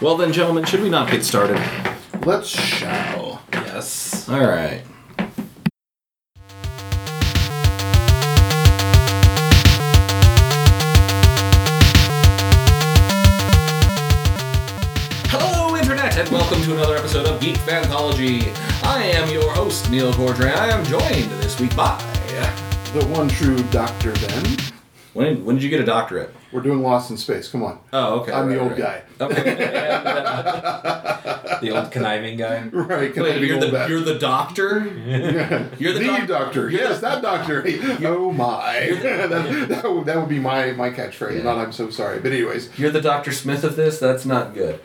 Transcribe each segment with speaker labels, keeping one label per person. Speaker 1: Well then, gentlemen, should we not get started?
Speaker 2: Let's shall.
Speaker 1: Oh,
Speaker 2: Yes.
Speaker 1: All right. Hello, Internet, and welcome to another episode of Geek Anthology. I am your host, Neil Cordray. I am joined this week by.
Speaker 2: The one true Dr. Ben.
Speaker 1: When, when did you get a doctorate?
Speaker 2: We're doing Lost in Space. Come on.
Speaker 1: Oh, okay.
Speaker 2: I'm the
Speaker 1: right,
Speaker 2: old
Speaker 1: right.
Speaker 2: guy.
Speaker 1: Okay. and, uh,
Speaker 3: The old conniving guy.
Speaker 2: Right. Can I
Speaker 1: wait,
Speaker 2: be
Speaker 1: you're,
Speaker 2: old
Speaker 1: the,
Speaker 2: back?
Speaker 1: you're the doctor? You're the, doc-
Speaker 2: doctor. Yes, that doctor. oh my. that, that, would, that would be my, my catchphrase. Not I'm so sorry. But anyways.
Speaker 1: You're the Dr. Smith of this? That's not good.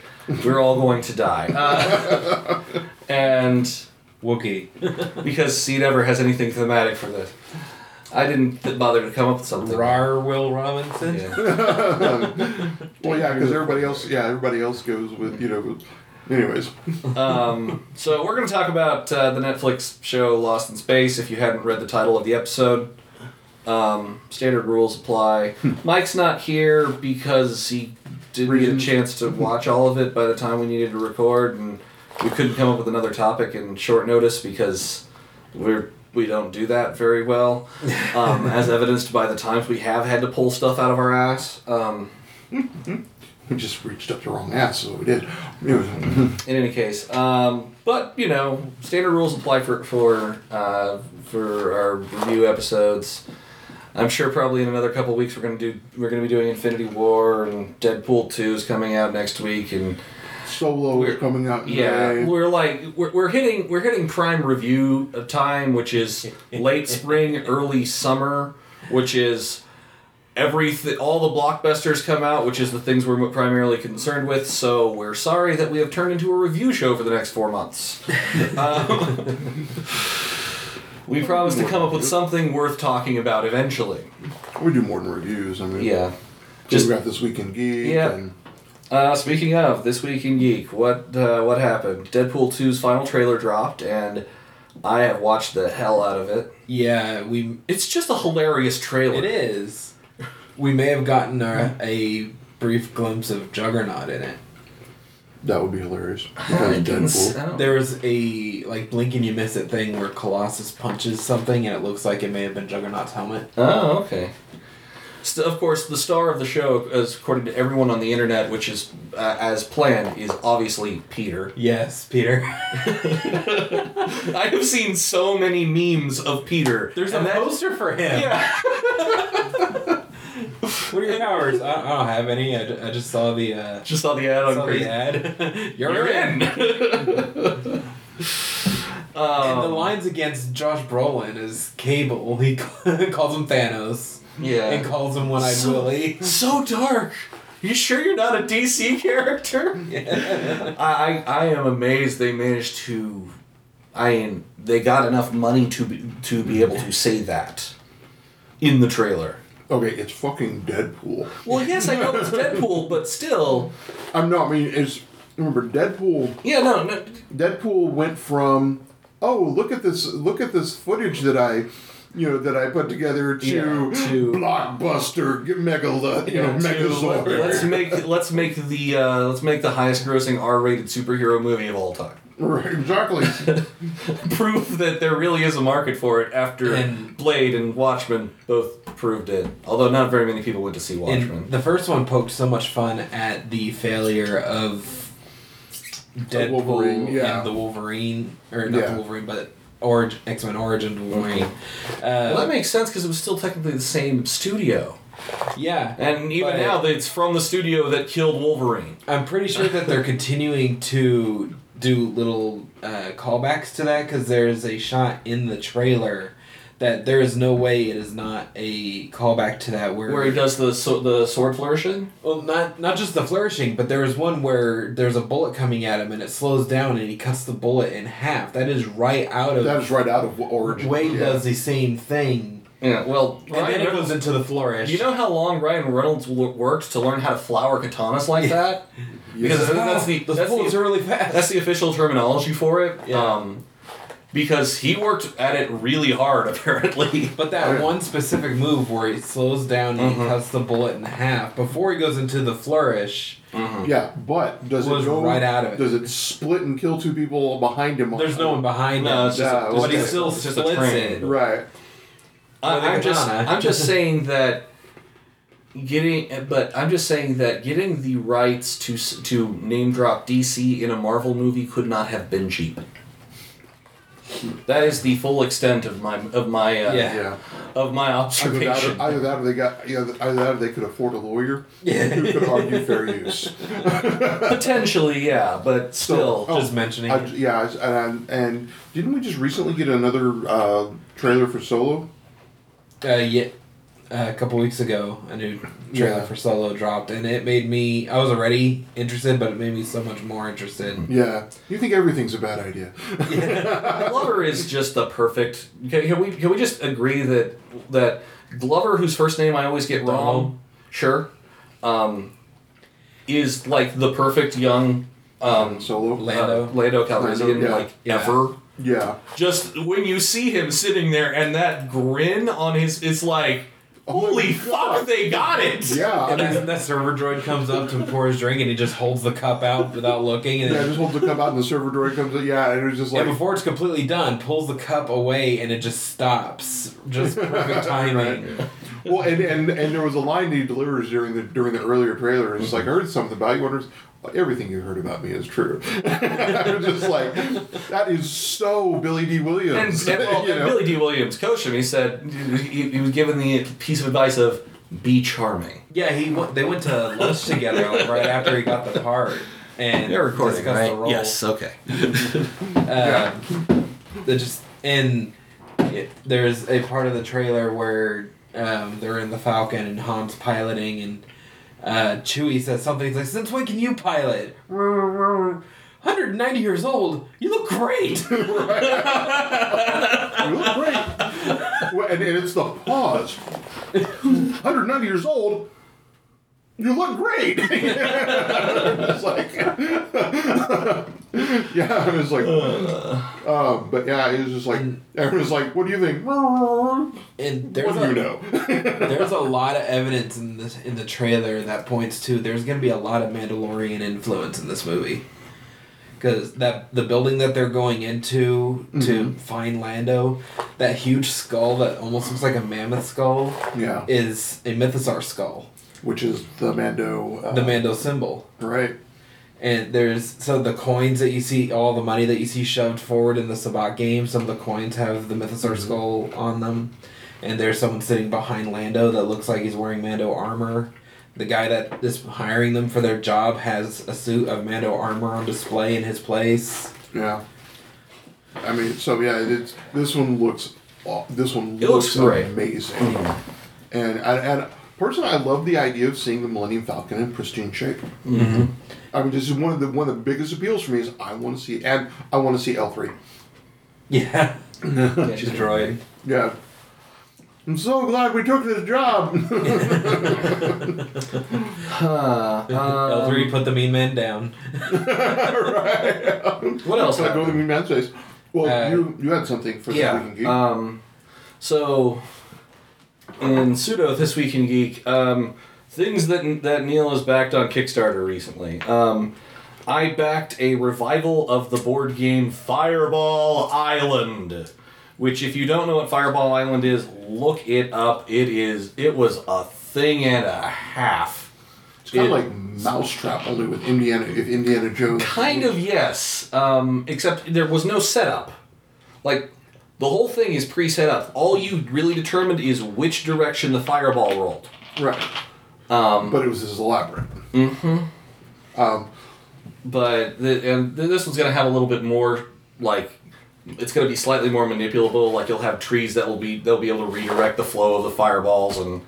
Speaker 1: We're all going to die. Uh, and
Speaker 3: Wookie.
Speaker 1: because C never has anything thematic for this, I didn't th- bother to come up with something.
Speaker 3: Rar Will Robinson.
Speaker 1: Yeah.
Speaker 2: Well, yeah, because everybody else. Yeah, everybody else goes with you know. Anyways.
Speaker 1: Um, so we're going to talk about uh, the Netflix show Lost in Space. If you hadn't read the title of the episode, um, standard rules apply. Mike's not here because he didn't
Speaker 2: Reasons.
Speaker 1: get a chance to watch all of it by the time we needed to record, and we couldn't come up with another topic in short notice because we're we don't do that very well, um, as evidenced by the times we have had to pull stuff out of our ass. Um,
Speaker 2: We just reached up the wrong ass, so we did. Anyways,
Speaker 1: in any case, um, but you know, standard rules apply for for uh, for our review episodes. I'm sure probably in another couple weeks we're gonna do we're gonna be doing Infinity War and Deadpool Two is coming out next week and
Speaker 2: Solo is
Speaker 1: We're-
Speaker 2: coming out. in
Speaker 1: yeah
Speaker 2: May.
Speaker 1: we're like we're, we're hitting we're hitting prime review of time which is late spring early summer which is everything all the blockbusters come out which is the things we're primarily concerned with so we're sorry that we have turned into a review show for the next four months Um, we promised to come up with something worth talking about eventually
Speaker 2: We do more than reviews. I mean.
Speaker 1: yeah
Speaker 2: Just
Speaker 1: just-
Speaker 2: got this weekend geek.
Speaker 1: Yeah.
Speaker 2: And,
Speaker 1: Uh, speaking of this week in geek, what uh, what happened? Deadpool 2's final trailer dropped, and I have watched the hell out of it.
Speaker 3: Yeah, we.
Speaker 1: It's just a hilarious trailer.
Speaker 3: It is. We may have gotten a, a brief glimpse of Juggernaut in it.
Speaker 2: that would be hilarious.
Speaker 1: I
Speaker 2: Because
Speaker 1: didn't s-
Speaker 2: Deadpool.
Speaker 1: I don't-
Speaker 3: There was a like blink and you miss it thing where Colossus punches something and it looks like it may have been Juggernaut's helmet.
Speaker 1: Oh, okay. So, of course, the star of the show, as according to everyone on the internet, which is uh, as planned, is obviously Peter.
Speaker 3: Yes, Peter.
Speaker 1: I have seen so many memes of Peter.
Speaker 3: There's a
Speaker 1: and that-
Speaker 3: poster for him.
Speaker 1: Yeah.
Speaker 3: What are your powers? I, I don't have any. I, ju- I just saw the uh,
Speaker 1: Just saw the ad on
Speaker 3: saw
Speaker 1: Crazy- Um,
Speaker 3: the ad. You're,
Speaker 1: You're in.
Speaker 3: And
Speaker 1: Um,
Speaker 3: the lines against Josh Brolin is Cable. He calls him Thanos
Speaker 1: yeah.
Speaker 3: and calls him One Eyed
Speaker 1: So-
Speaker 3: Willie.
Speaker 1: so dark. You sure you're not a DC character? I, I I am amazed they managed to, I am- they got enough money to be, to be able to say that, in the trailer.
Speaker 2: Okay, it's fucking Deadpool.
Speaker 1: Well, yes, I know it's Deadpool, but still,
Speaker 2: I'm not. I mean, it's remember Deadpool.
Speaker 1: yeah, no, no
Speaker 2: Deadpool went from oh look at this look at this footage that I you know that I put together to,
Speaker 1: Yeah, to-
Speaker 2: blockbuster g- megala you know
Speaker 1: to- Let's
Speaker 2: megazord
Speaker 1: make let's make the uh, let's make the highest grossing R-rated superhero movie of all time.
Speaker 2: right, exactly
Speaker 1: proof that there really is a market for it after
Speaker 3: And-
Speaker 1: Blade and Watchmen both proved it. Although not very many people went to see
Speaker 3: And
Speaker 1: Watchmen.
Speaker 3: the first one poked so much fun at the failure of Deadpool
Speaker 2: Wolverine, yeah.
Speaker 3: and the Wolverine, or not
Speaker 2: Yeah.
Speaker 3: the Wolverine, but Orig- X Men Origin Wolverine. Uh,
Speaker 1: well, that makes sense because it was still technically the same studio.
Speaker 3: yeah,
Speaker 1: And even
Speaker 3: But-
Speaker 1: now, it's from the studio that killed Wolverine.
Speaker 3: I'm pretty sure that they're continuing to do little uh, callbacks to that because there's a shot in the trailer that there is no way it is not a callback to that where,
Speaker 1: Where he does the so, the sword flourishing?
Speaker 3: well not not just the flourishing but there is one where there's a bullet coming at him and it slows down and he cuts the bullet in half that is right out of
Speaker 2: that was right out of origin
Speaker 3: Wade
Speaker 2: yeah.
Speaker 3: does the same thing
Speaker 1: Yeah, well,
Speaker 3: and
Speaker 1: Ryan
Speaker 3: then it
Speaker 1: Reynolds-
Speaker 3: goes into the flourish
Speaker 1: you know how long Ryan Reynolds w- worked to learn how to flower katanas like that?
Speaker 2: Yes.
Speaker 1: Because that's the,
Speaker 3: Ah, the
Speaker 1: that's the
Speaker 3: bullets are really fast
Speaker 1: That's the official terminology for it.
Speaker 3: Yeah.
Speaker 1: Um, because he worked at it really hard, apparently.
Speaker 3: But
Speaker 2: Oh,
Speaker 3: that
Speaker 2: yeah. Mm-hmm.
Speaker 3: one specific move where he slows down and he cuts the bullet in half before he goes into the flourish,
Speaker 2: Yeah, but does
Speaker 3: Was
Speaker 2: it go
Speaker 3: right out of it.
Speaker 2: Does it split and kill two people behind him?
Speaker 3: There's no one behind
Speaker 1: No,
Speaker 3: him.
Speaker 1: it's just
Speaker 2: Yeah,
Speaker 1: a,
Speaker 2: well,
Speaker 1: it's
Speaker 3: but uh, he
Speaker 1: just-
Speaker 3: still
Speaker 1: it's just a
Speaker 3: splits
Speaker 1: train.
Speaker 3: it.
Speaker 2: Right.
Speaker 1: I,
Speaker 3: With a
Speaker 1: I'm just
Speaker 3: katana.
Speaker 1: I'm just saying that getting but I'm just saying that getting the rights to s- to name drop DC in a Marvel movie could not have been cheap. That is the full extent of my of my uh,
Speaker 3: Yeah.
Speaker 2: Yeah.
Speaker 1: of my
Speaker 2: Either that,
Speaker 1: observation.
Speaker 2: or, either that, or they got either, either that, or they could afford a lawyer who could argue fair use.
Speaker 1: Potentially, yeah, but still.
Speaker 2: oh,
Speaker 3: Just mentioning
Speaker 2: I,
Speaker 3: it.
Speaker 2: yeah, I- and, and didn't we just recently get another uh, trailer for Solo?
Speaker 3: Uh, yeah, a couple weeks ago, a new trailer
Speaker 2: Yeah.
Speaker 3: for Solo dropped, and it made me. I was already interested, but it made me so much more interested.
Speaker 2: Yeah, you think everything's a bad idea?
Speaker 1: Glover is just the perfect. Can, can we can we just agree that that Glover, whose first name I always get
Speaker 3: Donald.
Speaker 1: wrong, sure, um, is like the perfect young um,
Speaker 2: Solo.
Speaker 3: Lan-
Speaker 1: Lando,
Speaker 3: Lando.
Speaker 1: Lando Calrissian,
Speaker 2: Lando, yeah.
Speaker 1: like
Speaker 3: Yeah.
Speaker 1: ever.
Speaker 2: Yeah.
Speaker 1: Just when you see him sitting there and that grin on his, it's like,
Speaker 2: Oh my
Speaker 1: holy
Speaker 2: God.
Speaker 1: fuck, they got it.
Speaker 2: Yeah. I
Speaker 3: And
Speaker 2: mean,
Speaker 3: then that server droid comes up to pour his drink, and he just holds the cup out without looking, and,
Speaker 2: yeah, just holds the cup out and the server door comes in. Yeah, and it was just like.
Speaker 3: and before it's completely done, pulls the cup away, and it just stops. Just perfect timing.
Speaker 2: Well, and, and and there was a line that he delivers during the during the earlier trailer. It's like I heard something about you. Wonders everything you heard about me is true. I'm just like that is so Billy D.
Speaker 1: And,
Speaker 2: Williams.
Speaker 1: and, well,
Speaker 2: you
Speaker 1: and
Speaker 2: know?
Speaker 1: Billy D. Williams coached him. He said he, he was given the piece of advice of be charming.
Speaker 3: Yeah, he went, they went to lunch together like, right after he got the part, and discussed the role.
Speaker 1: Okay.
Speaker 3: Um, they just and it, there's a part of the trailer where um, they're in the Falcon and Han's piloting and uh, Chewie says something. He's like, "Since when can you pilot? 190 years old. You look great."
Speaker 2: You look great. Well, and, and it's the pause. 190 years old. You look great. it's like, yeah, it was like, uh, but yeah, it was just like, everyone's like, what do you think? What
Speaker 3: and there's
Speaker 2: do
Speaker 3: a,
Speaker 2: you know?
Speaker 3: there's a lot of evidence in this in the trailer that points to there's gonna be a lot of Mandalorian influence in this movie. Cause that the building that they're going into to find Lando, that huge skull that almost looks like a mammoth skull,
Speaker 2: yeah,
Speaker 3: is a Mythosaur skull,
Speaker 2: which is the Mando. Uh,
Speaker 3: the Mando symbol.
Speaker 2: Right.
Speaker 3: And there's so the coins that you see, all the money that you see shoved forward in the Sabat game. Some of the coins have the Mythosaur skull on them, and there's someone sitting behind Lando that looks like he's wearing Mando armor. The guy that is hiring them for their job has a suit of Mando armor on display in his place.
Speaker 2: Yeah. I mean, so yeah, it's, this one looks. aw- This one
Speaker 1: It looks
Speaker 2: looks,
Speaker 1: great.
Speaker 2: amazing. And I, and personally, I love the idea of seeing the Millennium Falcon in pristine shape. Mm-hmm. I mean, this is one of the one of the biggest appeals for me is I want to see and I want to see L three.
Speaker 3: Yeah, she's droid.
Speaker 2: Yeah. I'm so glad we took this job.
Speaker 1: Uh,
Speaker 3: L
Speaker 1: Um,
Speaker 3: three put the mean man down.
Speaker 1: um, What else?
Speaker 2: so I go to the
Speaker 1: happened?
Speaker 2: mean man's face. Well,
Speaker 3: Uh,
Speaker 2: you you had something for
Speaker 1: Yeah,
Speaker 2: this week in geek.
Speaker 1: Um, so, in pseudo this week in geek, um, things that that Neil has backed on Kickstarter recently. Um, I backed a revival of the board game Fireball Island, which if you don't know what Fireball Island is, look it up. It is it was a thing and a half.
Speaker 2: it's kind
Speaker 1: it-
Speaker 2: of like Mousetrap only with Indiana if Indiana Jones.
Speaker 1: Kind of yes, um, except there was no setup. Like the whole thing is pre-set up. All you really determined is which direction the fireball rolled.
Speaker 2: Right.
Speaker 1: Um,
Speaker 2: but it was as elaborate.
Speaker 1: Mm-hmm.
Speaker 2: Um,
Speaker 1: But the, and th- this one's gonna have a little bit more like it's gonna be slightly more manipulable. Like you'll have trees that will be they'll be able to redirect the flow of the fireballs, and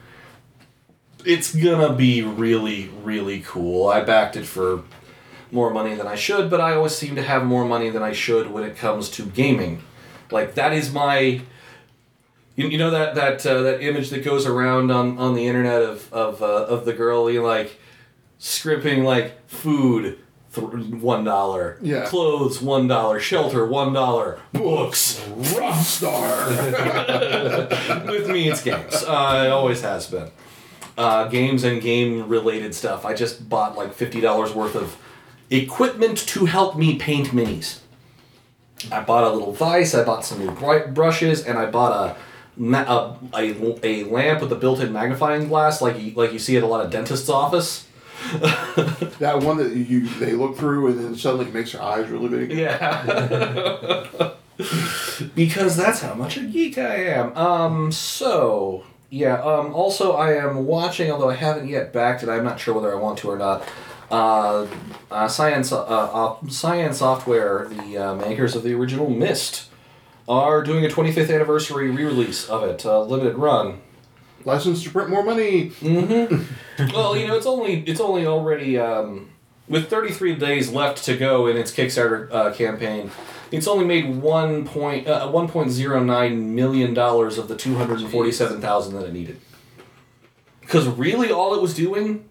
Speaker 1: it's gonna be really really cool. I backed it for more money than I should, but I always seem to have more money than I should when it comes to gaming. Like that is my You, you know that that uh, that image that goes around on, on the internet of of, uh, of the girl you know, like scrimping like food th- one dollar,
Speaker 2: Yeah.
Speaker 1: clothes one dollar, shelter one dollar, books
Speaker 2: Rough Star.
Speaker 1: with me it's games. Uh, it always has been. uh, games and game related stuff. I just bought like fifty dollars worth of equipment to help me paint minis. I bought a little vise. I bought some new bri- brushes, and I bought a. Ma- a, a, a lamp with a built-in magnifying glass, like you, like you see at a lot of dentists' office.
Speaker 2: That one that you they look through and then suddenly it makes their eyes really big.
Speaker 1: Yeah. because that's how much a geek I am. Um, so yeah, um, also I am watching, although I haven't yet backed it, I'm not sure whether I want to or not. Uh, uh, science, uh, uh, science software, the uh, makers of the original Mist, are doing a 25th anniversary re-release of it, uh, limited run.
Speaker 2: License to print more money.
Speaker 1: well, you know, it's only it's only already um, with 33 days left to go in its Kickstarter uh, campaign. It's only made one point uh, 1.09 million dollars of the 247,000 that it needed. Because really, all it was doing,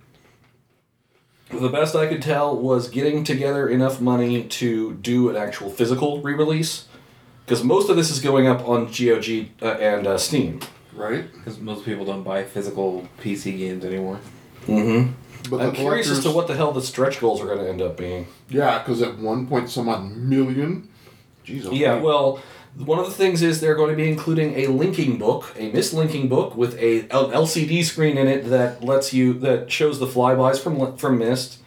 Speaker 1: the best I could tell, was getting together enough money to do an actual physical re-release. Because most of this is going up on GOG uh, and uh, Steam.
Speaker 2: Right?
Speaker 3: Because most people don't buy physical PC games anymore.
Speaker 1: Mm-hmm.
Speaker 2: But
Speaker 1: I'm curious as to
Speaker 2: collectors-
Speaker 1: what the hell the stretch goals are going to end up being.
Speaker 2: Yeah, because at one point some odd million. Jeez, oh
Speaker 1: Yeah,
Speaker 2: my-
Speaker 1: well, one of the things is they're going to be including a linking book, a mislinking book with a L- LCD screen in it that lets you that shows the flybys from li- from Mist,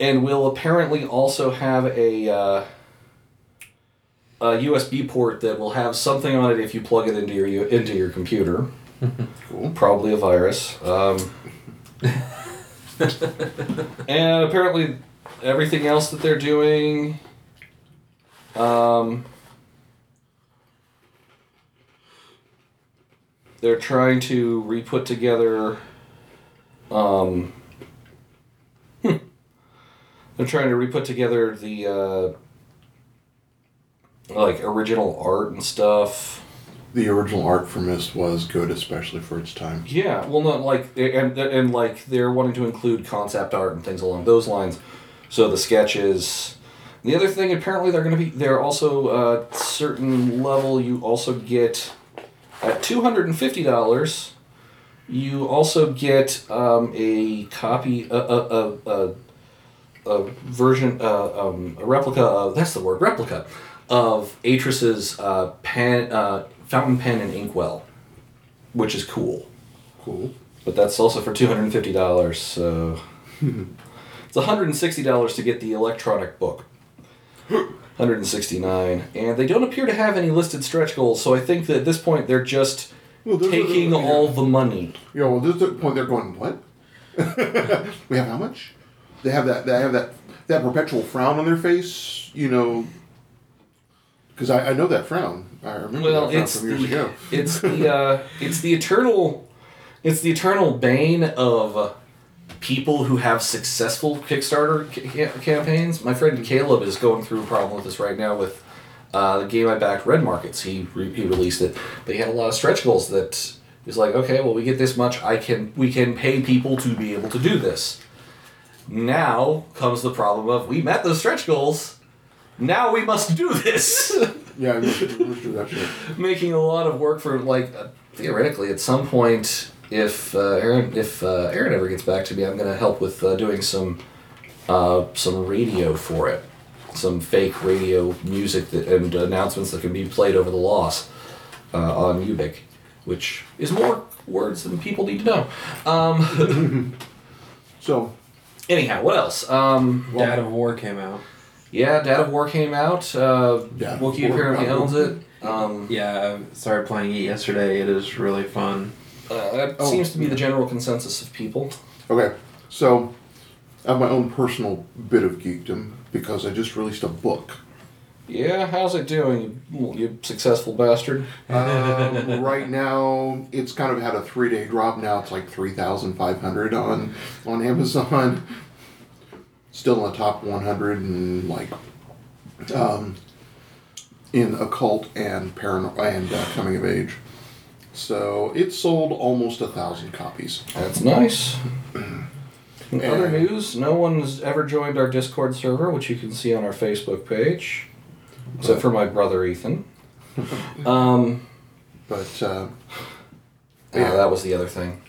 Speaker 1: and will apparently also have a. Uh, a USB port that will have something on it if you plug it into your U- into your computer.
Speaker 2: Cool.
Speaker 1: Probably a virus. Um, and apparently, everything else that they're doing. Um, they're trying to re put together. Um, hmm. they're trying to re put together the. Uh, like original art and stuff.
Speaker 2: The original art for Mist was good, especially for its time.
Speaker 1: Yeah, well, not like and and like they're wanting to include concept art and things along those lines. So the sketches. The other thing, apparently, they're going to be. They're also uh, certain level. You also get at two hundred and fifty dollars. You also get um, a copy, a a, a, a, a version, uh, um, a replica of that's the word replica of Atrus's uh, pen, uh, fountain pen and inkwell, which is cool.
Speaker 2: Cool.
Speaker 1: But that's also for two hundred and fifty dollars, so it's one hundred and sixty dollars to get the electronic book. One hundred and sixty-nine, and they don't appear to have any listed stretch goals. So I think that at this point they're just
Speaker 2: Well, those are the-
Speaker 1: taking
Speaker 2: yeah.
Speaker 1: all the money.
Speaker 2: Yeah, well, this is the point they're going. What? we have how much? They have that. They have that. That perpetual frown on their face. You know. Because I, I know that frown. I remember
Speaker 1: Well,
Speaker 2: Mm-hmm. that frown
Speaker 1: it's
Speaker 2: from years
Speaker 1: the,
Speaker 2: ago.
Speaker 1: it's the uh, it's the eternal it's the eternal bane of people who have successful Kickstarter ca- ca- campaigns. My friend Caleb is going through a problem with this right now with uh, the game I backed, Red Markets. He re- he released it, but he had a lot of stretch goals that he's like, okay, well, we get this much, I can we can pay people to be able to do this. Now comes the problem of we met those stretch goals. Now we must do this.
Speaker 2: Yeah, I remember, remember that shit.
Speaker 1: making a lot of work for like uh, theoretically at some point if uh, Aaron if uh, Aaron ever gets back to me I'm gonna help with uh, doing some uh, some radio for it some fake radio music that, and announcements that can be played over the loss uh, on Ubic which is more words than people need to know um,
Speaker 2: So,
Speaker 1: anyhow what else um,
Speaker 2: Well-
Speaker 3: Dad of War came out.
Speaker 1: yeah Dad of War came out uh,
Speaker 2: Dad of
Speaker 1: Wookiee
Speaker 2: War.
Speaker 1: apparently owns it um,
Speaker 3: Yeah, I started playing it yesterday. It is really fun.
Speaker 1: uh, that
Speaker 2: Oh.
Speaker 1: seems to be the general consensus of people
Speaker 2: okay, so I have my own personal bit of geekdom because I just released a book.
Speaker 1: Yeah, how's it doing, you, you successful bastard?
Speaker 2: Uh, right now, it's kind of had a three day drop. Now it's like three thousand five hundred on on Amazon. Still in the top one hundred and like um, in occult and paranormal and uh, coming of age. So it sold almost a thousand copies.
Speaker 1: That's nice. In
Speaker 2: Yeah.
Speaker 1: other news, no one's ever joined our Discord server, which you can see on our Facebook page, except for my brother Ethan. Um,
Speaker 2: But uh,
Speaker 1: ah, yeah, that was the other thing.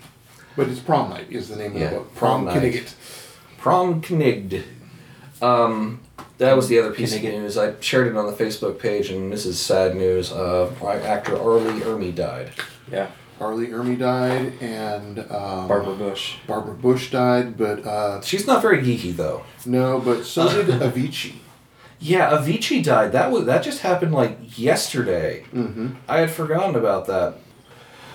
Speaker 2: But it's Prom Night is the name
Speaker 1: Yeah,
Speaker 2: of the book.
Speaker 1: Prom
Speaker 2: Prom,
Speaker 1: Night.
Speaker 2: Connecticut.
Speaker 1: Prom Knigd. Um, that was the other piece of
Speaker 3: Knigget.
Speaker 1: news. I shared it on the Facebook page, and this is sad news. Uh, our actor Arlie Ermy died.
Speaker 3: Yeah.
Speaker 2: Harley Ermy died, and um,
Speaker 3: Barbara Bush.
Speaker 2: Barbara Bush died, but uh,
Speaker 1: She's not very geeky though.
Speaker 2: no, but so did Avicii.
Speaker 1: Yeah, Avicii died. That was that just happened like yesterday.
Speaker 2: Mm-hmm.
Speaker 1: I had forgotten about that.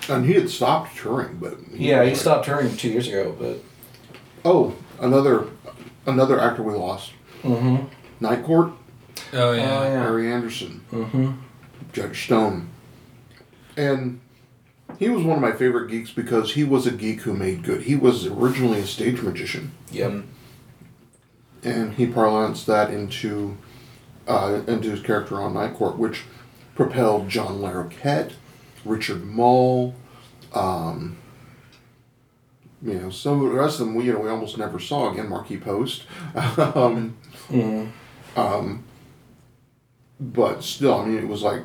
Speaker 2: And he had stopped touring, but
Speaker 1: Yeah, he stopped touring two years ago, but
Speaker 2: Oh, another another actor we lost.
Speaker 1: mm-hmm.
Speaker 2: Night Court,
Speaker 3: Oh
Speaker 2: Harry Anderson,
Speaker 1: mm-hmm.
Speaker 2: Judge Stone, and he was one of my favorite geeks because he was a geek who made good. He was originally a stage magician.
Speaker 1: Yep.
Speaker 2: and he parlanced that into uh, into his character on Night Court, which propelled John Larroquette, Richard Mull, um, you know, some of the rest of them we you know we almost never saw again. Marquis Post, um,
Speaker 1: Mm.
Speaker 2: um, but still, I mean, it was like.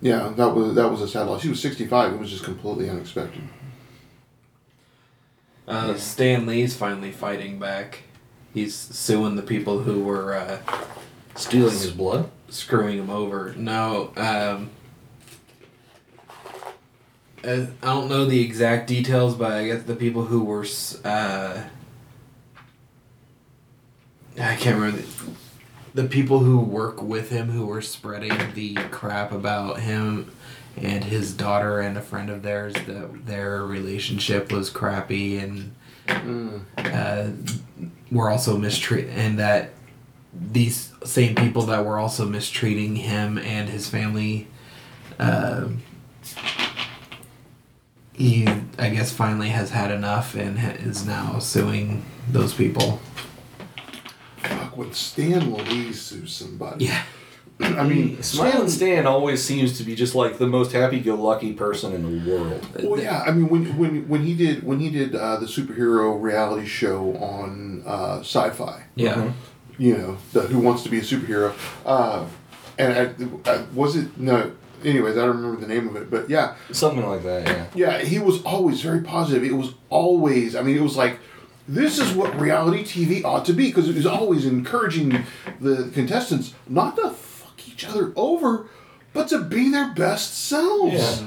Speaker 2: Yeah, that was that was a sad loss. He was sixty five. It was just completely unexpected.
Speaker 3: Uh, Stan Lee's finally fighting back. He's suing the people who were uh,
Speaker 1: Stealing his blood.
Speaker 3: screwing him over. No, um, uh, I don't know the exact details, but I guess the people who were, s- uh, I can't remember the, the people who work with him who were spreading the crap about him and his daughter and a friend of theirs that their relationship was crappy and uh, were also mistreated, and that these same people that were also mistreating him and his family, uh, he, I guess, finally has had enough and ha- is now suing those people.
Speaker 2: Fuck, when Stan Lee sues somebody.
Speaker 3: Yeah.
Speaker 2: I mean,
Speaker 1: Smiling Stan always seems to be just like the most happy-go-lucky person in the world.
Speaker 2: Well, yeah, I mean, when when when he did when he did uh, the superhero reality show on uh, Sci-Fi,
Speaker 3: Yeah.
Speaker 1: Mhm.
Speaker 2: you know, the Who Wants to Be a Superhero, uh, and I, I, was it no? Anyways, I don't remember the name of it, but yeah,
Speaker 1: Something like that. Yeah.
Speaker 2: yeah, he was always very positive. It was always, I mean, it was like, this is what reality TV ought to be because it was always encouraging the contestants not to fuck each other over, but to be their best selves.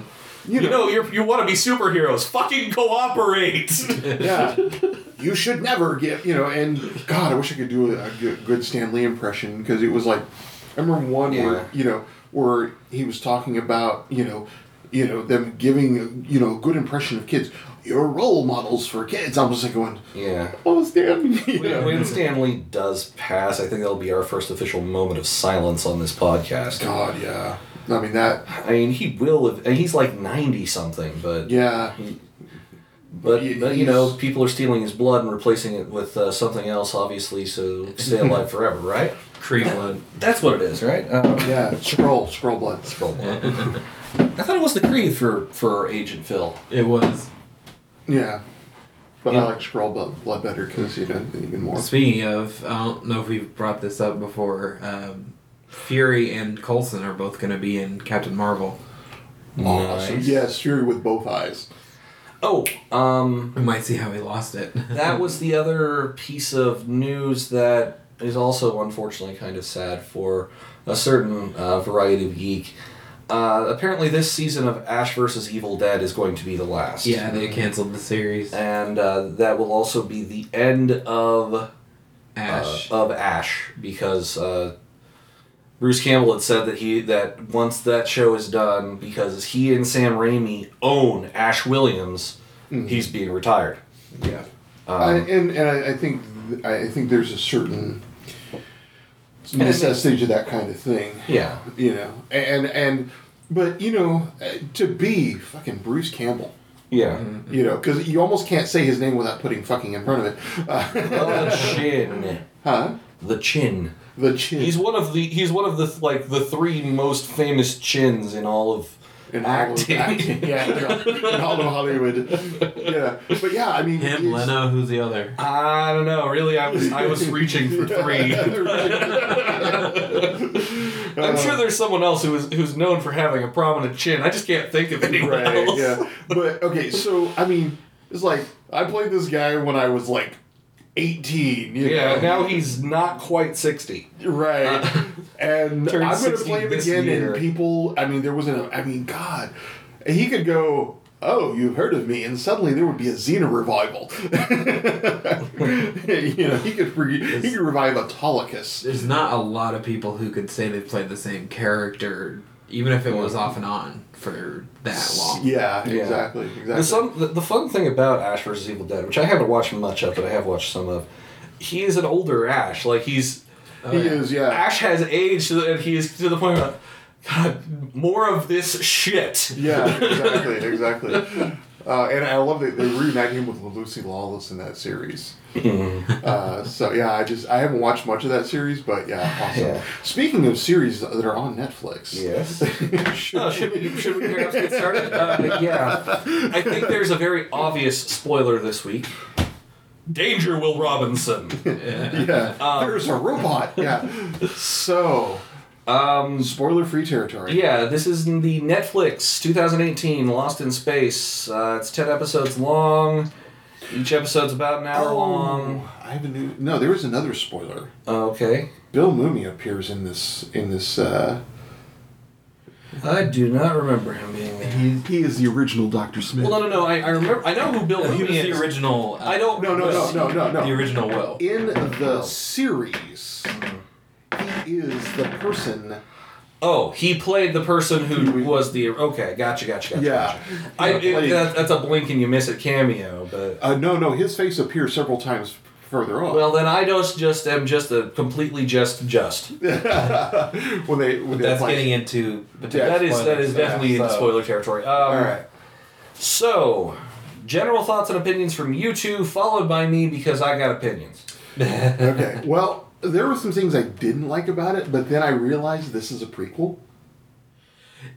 Speaker 1: Yeah.
Speaker 2: You know,
Speaker 1: you're, you want to be superheroes. Fucking cooperate.
Speaker 2: yeah. You should never get, you know, and God, I wish I could do a, a g- good Stan Lee impression because it was like, I remember one
Speaker 1: Yeah.
Speaker 2: where, you know, where he was talking about, you know, you know, them giving, you know, a good impression of kids. Your role models for kids. I'm just like going,
Speaker 1: yeah.
Speaker 2: oh, Stan. You
Speaker 1: When,
Speaker 2: know?
Speaker 1: when Stan Lee does pass, I think that'll be our first official moment of silence on this podcast.
Speaker 2: God, yeah. I mean, that,
Speaker 1: I mean, he will. If, and he's like ninety something, but
Speaker 2: yeah.
Speaker 1: but,
Speaker 2: he-
Speaker 1: but you know,
Speaker 2: he's-
Speaker 1: people are stealing his blood and replacing it with uh, something else, obviously, so stay alive forever, right? Uh,
Speaker 3: Cree blood.
Speaker 1: That's what it is, right? Uh,
Speaker 2: Yeah. Scroll, scroll blood.
Speaker 1: scroll blood. I thought it was the Creed for for Agent Phil.
Speaker 3: It was.
Speaker 2: Yeah. But
Speaker 1: Yeah.
Speaker 2: I like scroll blood, blood better because, you know, even more.
Speaker 3: Speaking of, I don't know if we've brought this up before. Um, Fury and Coulson are both going to be in Captain Marvel.
Speaker 2: Awesome. Yes, Fury with both eyes.
Speaker 1: Oh, um,
Speaker 3: We might see how he lost it.
Speaker 1: that was the other piece of news that is also unfortunately kind of sad for a certain uh, variety of geek. Uh, apparently, this season of Ash vs. Evil Dead is going to be the last.
Speaker 3: yeah, they canceled the series.
Speaker 1: And uh, that will also be the end of
Speaker 3: Ash.
Speaker 1: uh, of Ash because uh, Bruce Campbell had said that he that once that show is done because he and Sam Raimi own Ash Williams, he's being retired.
Speaker 3: yeah.
Speaker 2: I,
Speaker 1: Um,
Speaker 2: and and I, I think th- I I think there's a certain necessity to that kind of thing,
Speaker 1: Yeah.
Speaker 2: you know. And and but you know, uh, to be fucking Bruce Campbell,
Speaker 1: Yeah.
Speaker 2: you know, because you almost can't say his name without putting fucking in front of it, uh,
Speaker 1: Oh, the chin.
Speaker 2: huh?
Speaker 1: The chin.
Speaker 2: The chin.
Speaker 1: He's one of the he's one of the like the three most famous chins in all of
Speaker 2: in all of
Speaker 1: Acting.
Speaker 2: acting. Yeah, in all of Hollywood. Yeah, but yeah, I mean,
Speaker 3: Him,
Speaker 2: it's-
Speaker 3: Leno, who's the other?
Speaker 1: I don't know. Really, I was I was reaching for three. I'm sure there's someone else who is who's known for having a prominent chin. I just can't think of anyone
Speaker 2: right,
Speaker 1: else.
Speaker 2: yeah. But okay, so I mean, it's like I played this guy when I was like eighteen. You
Speaker 1: Yeah,
Speaker 2: know?
Speaker 1: now he's not quite sixty.
Speaker 2: Right. and
Speaker 1: Turned
Speaker 2: I'm going to
Speaker 1: 60
Speaker 2: play him
Speaker 1: this
Speaker 2: again,
Speaker 1: year.
Speaker 2: and people, I mean, there was an, I mean, God, he could go, oh, you've heard of me, and suddenly there would be a Xena revival. you know, he could, re- he could revive Autolycus.
Speaker 3: There's not a lot of people who could say they've played the same character, even if it was off and on for that long.
Speaker 2: Yeah,
Speaker 1: Yeah.
Speaker 2: exactly, exactly.
Speaker 1: The, some, the, the fun thing about Ash versus Evil Dead, which I haven't watched much of, but I have watched some of, he is an older Ash. Like he's
Speaker 2: he
Speaker 3: yeah.
Speaker 2: is, yeah.
Speaker 1: Ash has aged, to the- and he is to the point of, God, more of this shit.
Speaker 2: Yeah, exactly, exactly. Uh, and I love that they reunited him with Lucy Lawless in that series. uh, so yeah, I just I haven't watched much of that series, but yeah, awesome.
Speaker 1: Yeah.
Speaker 2: Speaking of series that are on Netflix,
Speaker 1: Yes.
Speaker 2: should
Speaker 1: Oh, should we should we perhaps get started? Uh, yeah. I think there's a very obvious spoiler this week. Danger, Will Robinson.
Speaker 2: yeah, there's a robot. Yeah. So, um, spoiler-free territory.
Speaker 1: Yeah, this is in the Netflix 2018 Lost in Space. Uh, it's 10 episodes long. Each episode's about an hour long.
Speaker 2: Oh, I have a new. No, there was another spoiler.
Speaker 1: Okay.
Speaker 2: Bill Mooney appears in this in this. Uh,
Speaker 1: I do not remember him being there.
Speaker 2: he, he is the original Doctor Smith.
Speaker 1: Well, no, no, no. I, I remember. I know who Bill
Speaker 3: He was
Speaker 1: Mooney
Speaker 3: the
Speaker 1: is.
Speaker 3: original. uh,
Speaker 1: I don't.
Speaker 2: no, no, no, no, no, no.
Speaker 3: The original Will.
Speaker 2: in the series, he is the person.
Speaker 1: Oh, he played the person who was the. Okay, gotcha, gotcha, gotcha.
Speaker 2: Yeah.
Speaker 1: gotcha. I, it, that, that's a blink and you miss it cameo, but.
Speaker 2: Uh, no, no, his face appears several times further on.
Speaker 1: Well, then I just just am just a completely just just.
Speaker 2: when they when they
Speaker 3: That's
Speaker 2: like-
Speaker 3: getting into
Speaker 1: that is that is
Speaker 3: spoilers, yeah,
Speaker 1: definitely in
Speaker 3: so-
Speaker 1: spoiler territory. Um,
Speaker 2: All right.
Speaker 1: So, general thoughts and opinions from you two, followed by me because I got opinions.
Speaker 2: Okay. Well, there were some things I didn't like about it, but then I realized this is a prequel.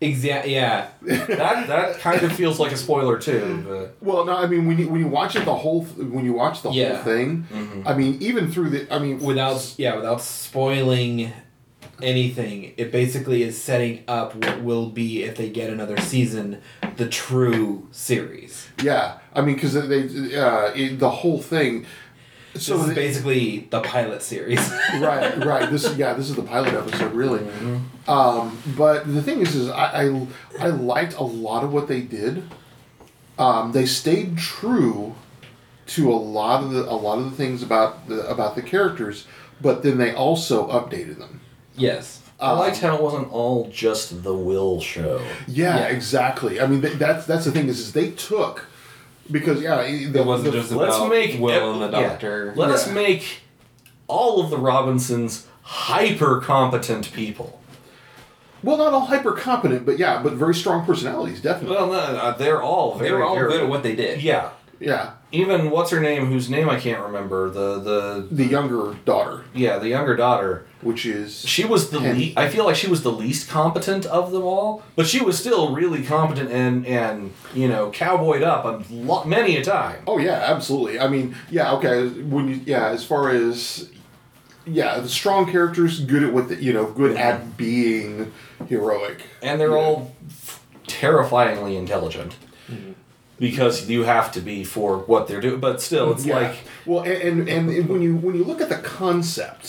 Speaker 3: Exactly. Yeah.
Speaker 1: That that kind of feels like a spoiler too. But
Speaker 2: Well, no, I mean when you when you watch it the whole when you watch the
Speaker 3: Yeah.
Speaker 2: whole
Speaker 3: Mm-hmm.
Speaker 2: thing, I mean even through the I mean
Speaker 3: Without yeah, without spoiling anything, it basically is setting up what will be if they get another season, the true series.
Speaker 2: yeah I mean because they uh, it, the whole thing. So
Speaker 3: So this is
Speaker 2: the-
Speaker 3: basically the pilot series.
Speaker 2: right, right. This yeah, this is the pilot episode, really. Um, but the thing is, is I, I I liked a lot of what they did. Um, they stayed true to a lot of the a lot of the things about the about the characters, but then they also updated them.
Speaker 3: yes.
Speaker 1: I liked how it wasn't all just the Will show.
Speaker 2: Yeah,
Speaker 3: Yeah.
Speaker 2: exactly. I mean, th- that's that's the thing is, is they took because yeah, it
Speaker 3: It wasn't just
Speaker 1: Let's
Speaker 3: about
Speaker 1: make ev-
Speaker 3: Will and the
Speaker 1: yeah.
Speaker 3: Doctor.
Speaker 1: Let us
Speaker 2: Yeah.
Speaker 1: make all of the Robinsons hyper competent people.
Speaker 2: well, not all hyper competent, but yeah, but very strong personalities, definitely.
Speaker 1: Well, no, uh, they're all very
Speaker 3: they were all
Speaker 1: very-
Speaker 3: good at what they did.
Speaker 1: Yeah,
Speaker 2: yeah,
Speaker 1: even what's her name, whose name I can't remember. The the
Speaker 2: the younger daughter,
Speaker 1: yeah, the younger daughter.
Speaker 2: which is
Speaker 1: She was the
Speaker 2: And-
Speaker 1: le- I feel like she was the least competent of them all, but she was still really competent and and you know cowboyed up a lot, many a time.
Speaker 2: Oh yeah, absolutely. I mean, yeah, okay. When you yeah, as far as yeah, the strong characters good at what the, you know, good at being heroic.
Speaker 1: And they're all f- terrifyingly intelligent because you have to be for what they're doing. But still, it's
Speaker 2: Yeah.
Speaker 1: like
Speaker 2: well, and, and and when you when you look at the concept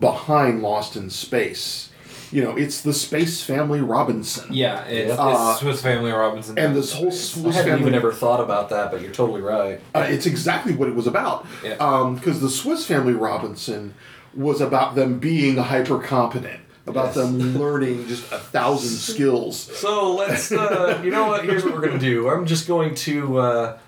Speaker 2: behind Lost in Space, you know, it's the space family Robinson.
Speaker 3: Yeah, it's,
Speaker 2: Uh,
Speaker 3: it's Swiss Family Robinson.
Speaker 2: And this whole
Speaker 1: I
Speaker 2: Swiss
Speaker 1: haven't
Speaker 2: family
Speaker 1: even ever thought about that, but you're totally right.
Speaker 2: Uh, it's exactly what it was about.
Speaker 3: Yeah.
Speaker 2: Because the Swiss Family Robinson was about them being hyper competent, about them learning just a thousand skills.
Speaker 1: So let's, uh, you know what? Here's what we're gonna do. I'm just going to uh,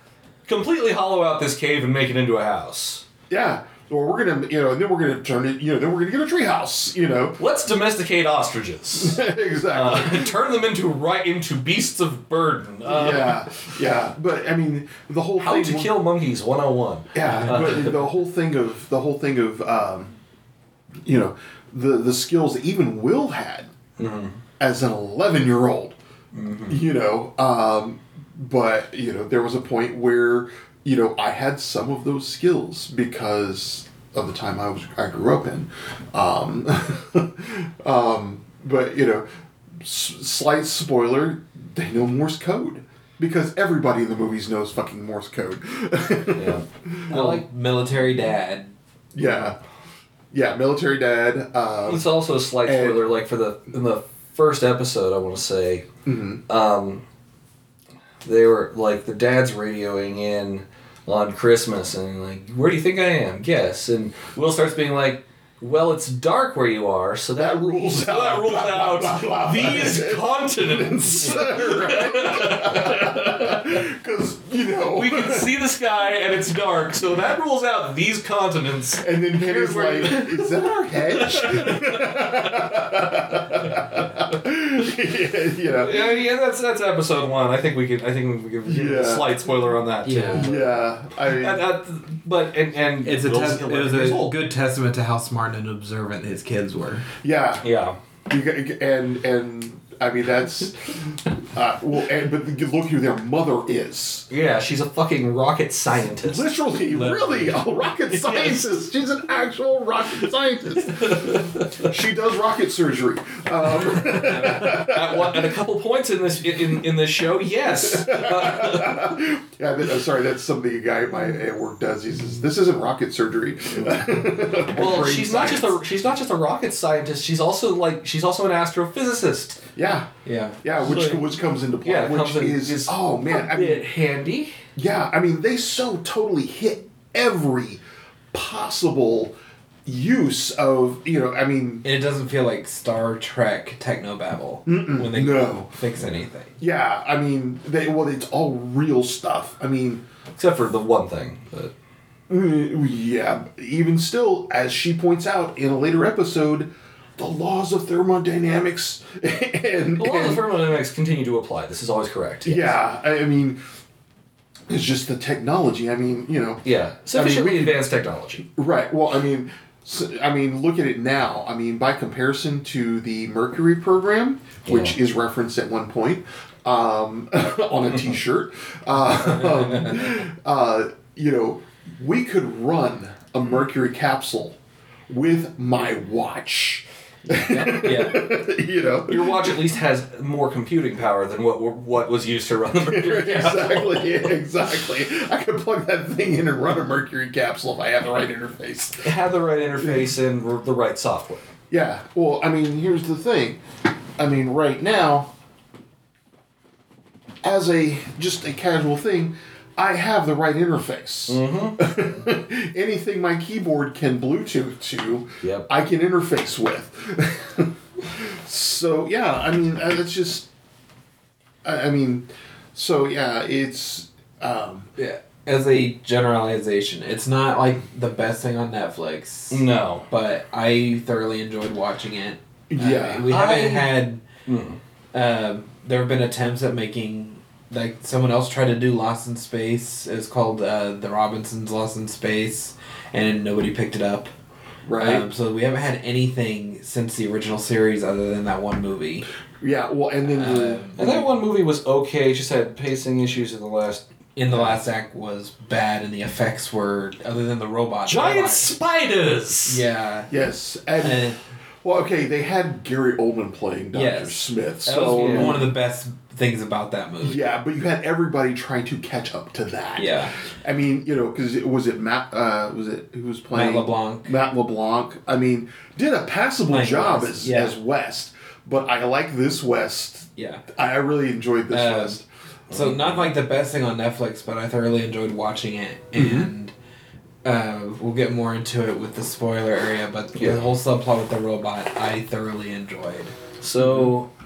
Speaker 1: completely hollow out this cave and make it into a house.
Speaker 2: Yeah. Or we're gonna, you know, and then we're gonna turn it, you know, then we're gonna get a treehouse, you know.
Speaker 1: Let's domesticate ostriches.
Speaker 2: exactly.
Speaker 1: Uh, turn them into right into beasts of burden. Uh,
Speaker 2: yeah, yeah. But I mean, the whole
Speaker 1: How
Speaker 2: thing.
Speaker 1: to kill monkeys 101.
Speaker 2: Yeah, but the whole thing of the whole thing of um, you know the the skills that even Will had as an eleven year old. you know um, but you know there was a point where you know i had some of those skills because of the time i was i grew up in um, um, but you know s- slight spoiler they know morse code because everybody in the movies knows fucking morse code
Speaker 1: Yeah.
Speaker 3: Well, like military dad.
Speaker 2: yeah yeah military dad um,
Speaker 1: It's also a slight
Speaker 2: And-
Speaker 1: spoiler, like for the in the first episode, I want to say, um, they were like the dad's radioing in on Christmas and like, where do you think I am? Guess, and Will starts being like, well, it's dark where you are, so that,
Speaker 2: That rules
Speaker 1: so that
Speaker 2: out-
Speaker 1: rules
Speaker 2: blah, blah,
Speaker 1: out
Speaker 2: blah, blah, blah.
Speaker 1: these continents.
Speaker 2: because you know
Speaker 1: we can see the sky and it's dark, so that rules out these continents.
Speaker 2: and then
Speaker 1: Here's
Speaker 2: Kenny's
Speaker 1: where-
Speaker 2: like, "Is that our hedge?" you know,
Speaker 1: Yeah, yeah, that's that's episode one. I think we can. I think we can give a
Speaker 2: Yeah.
Speaker 1: slight spoiler on that. too.
Speaker 4: Yeah.
Speaker 2: yeah. I mean,
Speaker 1: And, uh, but and, and
Speaker 4: It's a
Speaker 1: Will's
Speaker 4: tes- it was
Speaker 1: 11 years
Speaker 4: a
Speaker 1: old.
Speaker 4: good testament to how smart and observant his kids were.
Speaker 2: yeah.
Speaker 1: Yeah.
Speaker 2: You g- and and I mean that's uh, well, and, but look who their mother is.
Speaker 1: Yeah, she's a fucking rocket scientist.
Speaker 2: Literally, really, a rocket scientist. She's an actual rocket scientist. she does rocket surgery. Um,
Speaker 1: at, one, at a couple points in this in, in this show, yes.
Speaker 2: Yeah, that, uh, sorry, that's something a guy at my at work does. He says, "This isn't rocket surgery."
Speaker 1: Well,
Speaker 2: Brain
Speaker 1: she's not
Speaker 2: science.
Speaker 1: just a she's not just a rocket scientist. She's also like she's also an astrophysicist.
Speaker 2: yeah,
Speaker 3: Yeah.
Speaker 2: yeah, which
Speaker 1: So-
Speaker 2: which comes into play,
Speaker 1: Yeah,
Speaker 2: which
Speaker 1: comes in-
Speaker 2: is,
Speaker 1: is-
Speaker 2: oh man, I
Speaker 1: A
Speaker 2: mean,
Speaker 1: bit handy.
Speaker 2: yeah, I mean, they so totally hit every possible use of you know, I mean,
Speaker 3: And it doesn't feel like Star Trek technobabble when they
Speaker 2: no.
Speaker 3: fix anything.
Speaker 2: yeah, I mean, they well, it's all real stuff. I mean,
Speaker 1: Except for the one thing. But
Speaker 2: mm, yeah, even still, as she points out in a later episode. The laws of thermodynamics and,
Speaker 1: the laws of
Speaker 2: and-
Speaker 1: thermodynamics continue to apply. This is always correct. yes.
Speaker 2: Yeah, I I mean, it's just the technology. I mean, you know,
Speaker 1: Yeah. Sufficiently
Speaker 2: we-
Speaker 1: advanced technology.
Speaker 2: right? Well, I mean, s I I mean, look at it now. I mean, by comparison to the Mercury program, which
Speaker 1: Yeah.
Speaker 2: is referenced at one point um, on a T-shirt, uh, um, uh, you know, we could run a Mercury capsule with my watch.
Speaker 3: Yeah.
Speaker 2: you know,
Speaker 1: Your watch at least has more computing power than what what was used to run the Mercury.
Speaker 2: exactly, exactly. I could plug that thing in and run a Mercury capsule if I had the right interface.
Speaker 1: It had the right interface and r- the right software.
Speaker 2: Yeah. Well, I mean, here's the thing. I mean, right now, as a just a casual thing, I have the right interface. Mm-hmm. Anything my keyboard can Bluetooth to,
Speaker 1: Yep.
Speaker 2: I can interface with. so yeah, I mean, uh, that's just. I, I mean, so yeah, it's. Um,
Speaker 3: yeah. As a generalization, it's not like the best thing on Netflix,
Speaker 2: Mm.
Speaker 1: No.
Speaker 3: but I thoroughly enjoyed watching it. Uh,
Speaker 2: Yeah. Hmm.
Speaker 3: we haven't
Speaker 1: I-
Speaker 3: had. Um, there have been attempts at making like someone else tried to do Lost in Space. It's called uh, the Robinsons Lost in Space, and nobody picked it up.
Speaker 2: right.
Speaker 3: Um, so we haven't had anything since the original series other than that one movie.
Speaker 2: yeah. Well, and then the,
Speaker 3: Um,
Speaker 1: And that one movie was okay, it just had pacing issues in the last.
Speaker 3: In the last act was bad, and the effects were other than the robot. robot-
Speaker 1: spiders!
Speaker 3: Yeah.
Speaker 2: yes,
Speaker 3: And
Speaker 2: and well, okay, they had Gary Oldman playing Doctor
Speaker 3: Yes.
Speaker 2: Smith.
Speaker 3: that
Speaker 2: so
Speaker 3: was
Speaker 1: yeah.
Speaker 3: one of the best things about that movie.
Speaker 2: Yeah, but you had everybody trying to catch up to that.
Speaker 3: Yeah.
Speaker 2: I mean, you know, because it was it Matt? Uh, was it who was playing
Speaker 3: LeBlanc.
Speaker 2: Matt LeBlanc. I mean, did a passable
Speaker 3: Playing
Speaker 2: job
Speaker 3: West,
Speaker 2: as
Speaker 3: yeah.
Speaker 2: as West, but I like this West.
Speaker 3: Yeah.
Speaker 2: I I really enjoyed this
Speaker 3: Um,
Speaker 2: West.
Speaker 3: So not like the best thing on Netflix, but I thoroughly enjoyed watching it,
Speaker 1: Mm-hmm.
Speaker 3: and uh, we'll get more into it with the spoiler area. But
Speaker 1: Yeah.
Speaker 3: the whole subplot with the robot, I thoroughly enjoyed.
Speaker 1: So,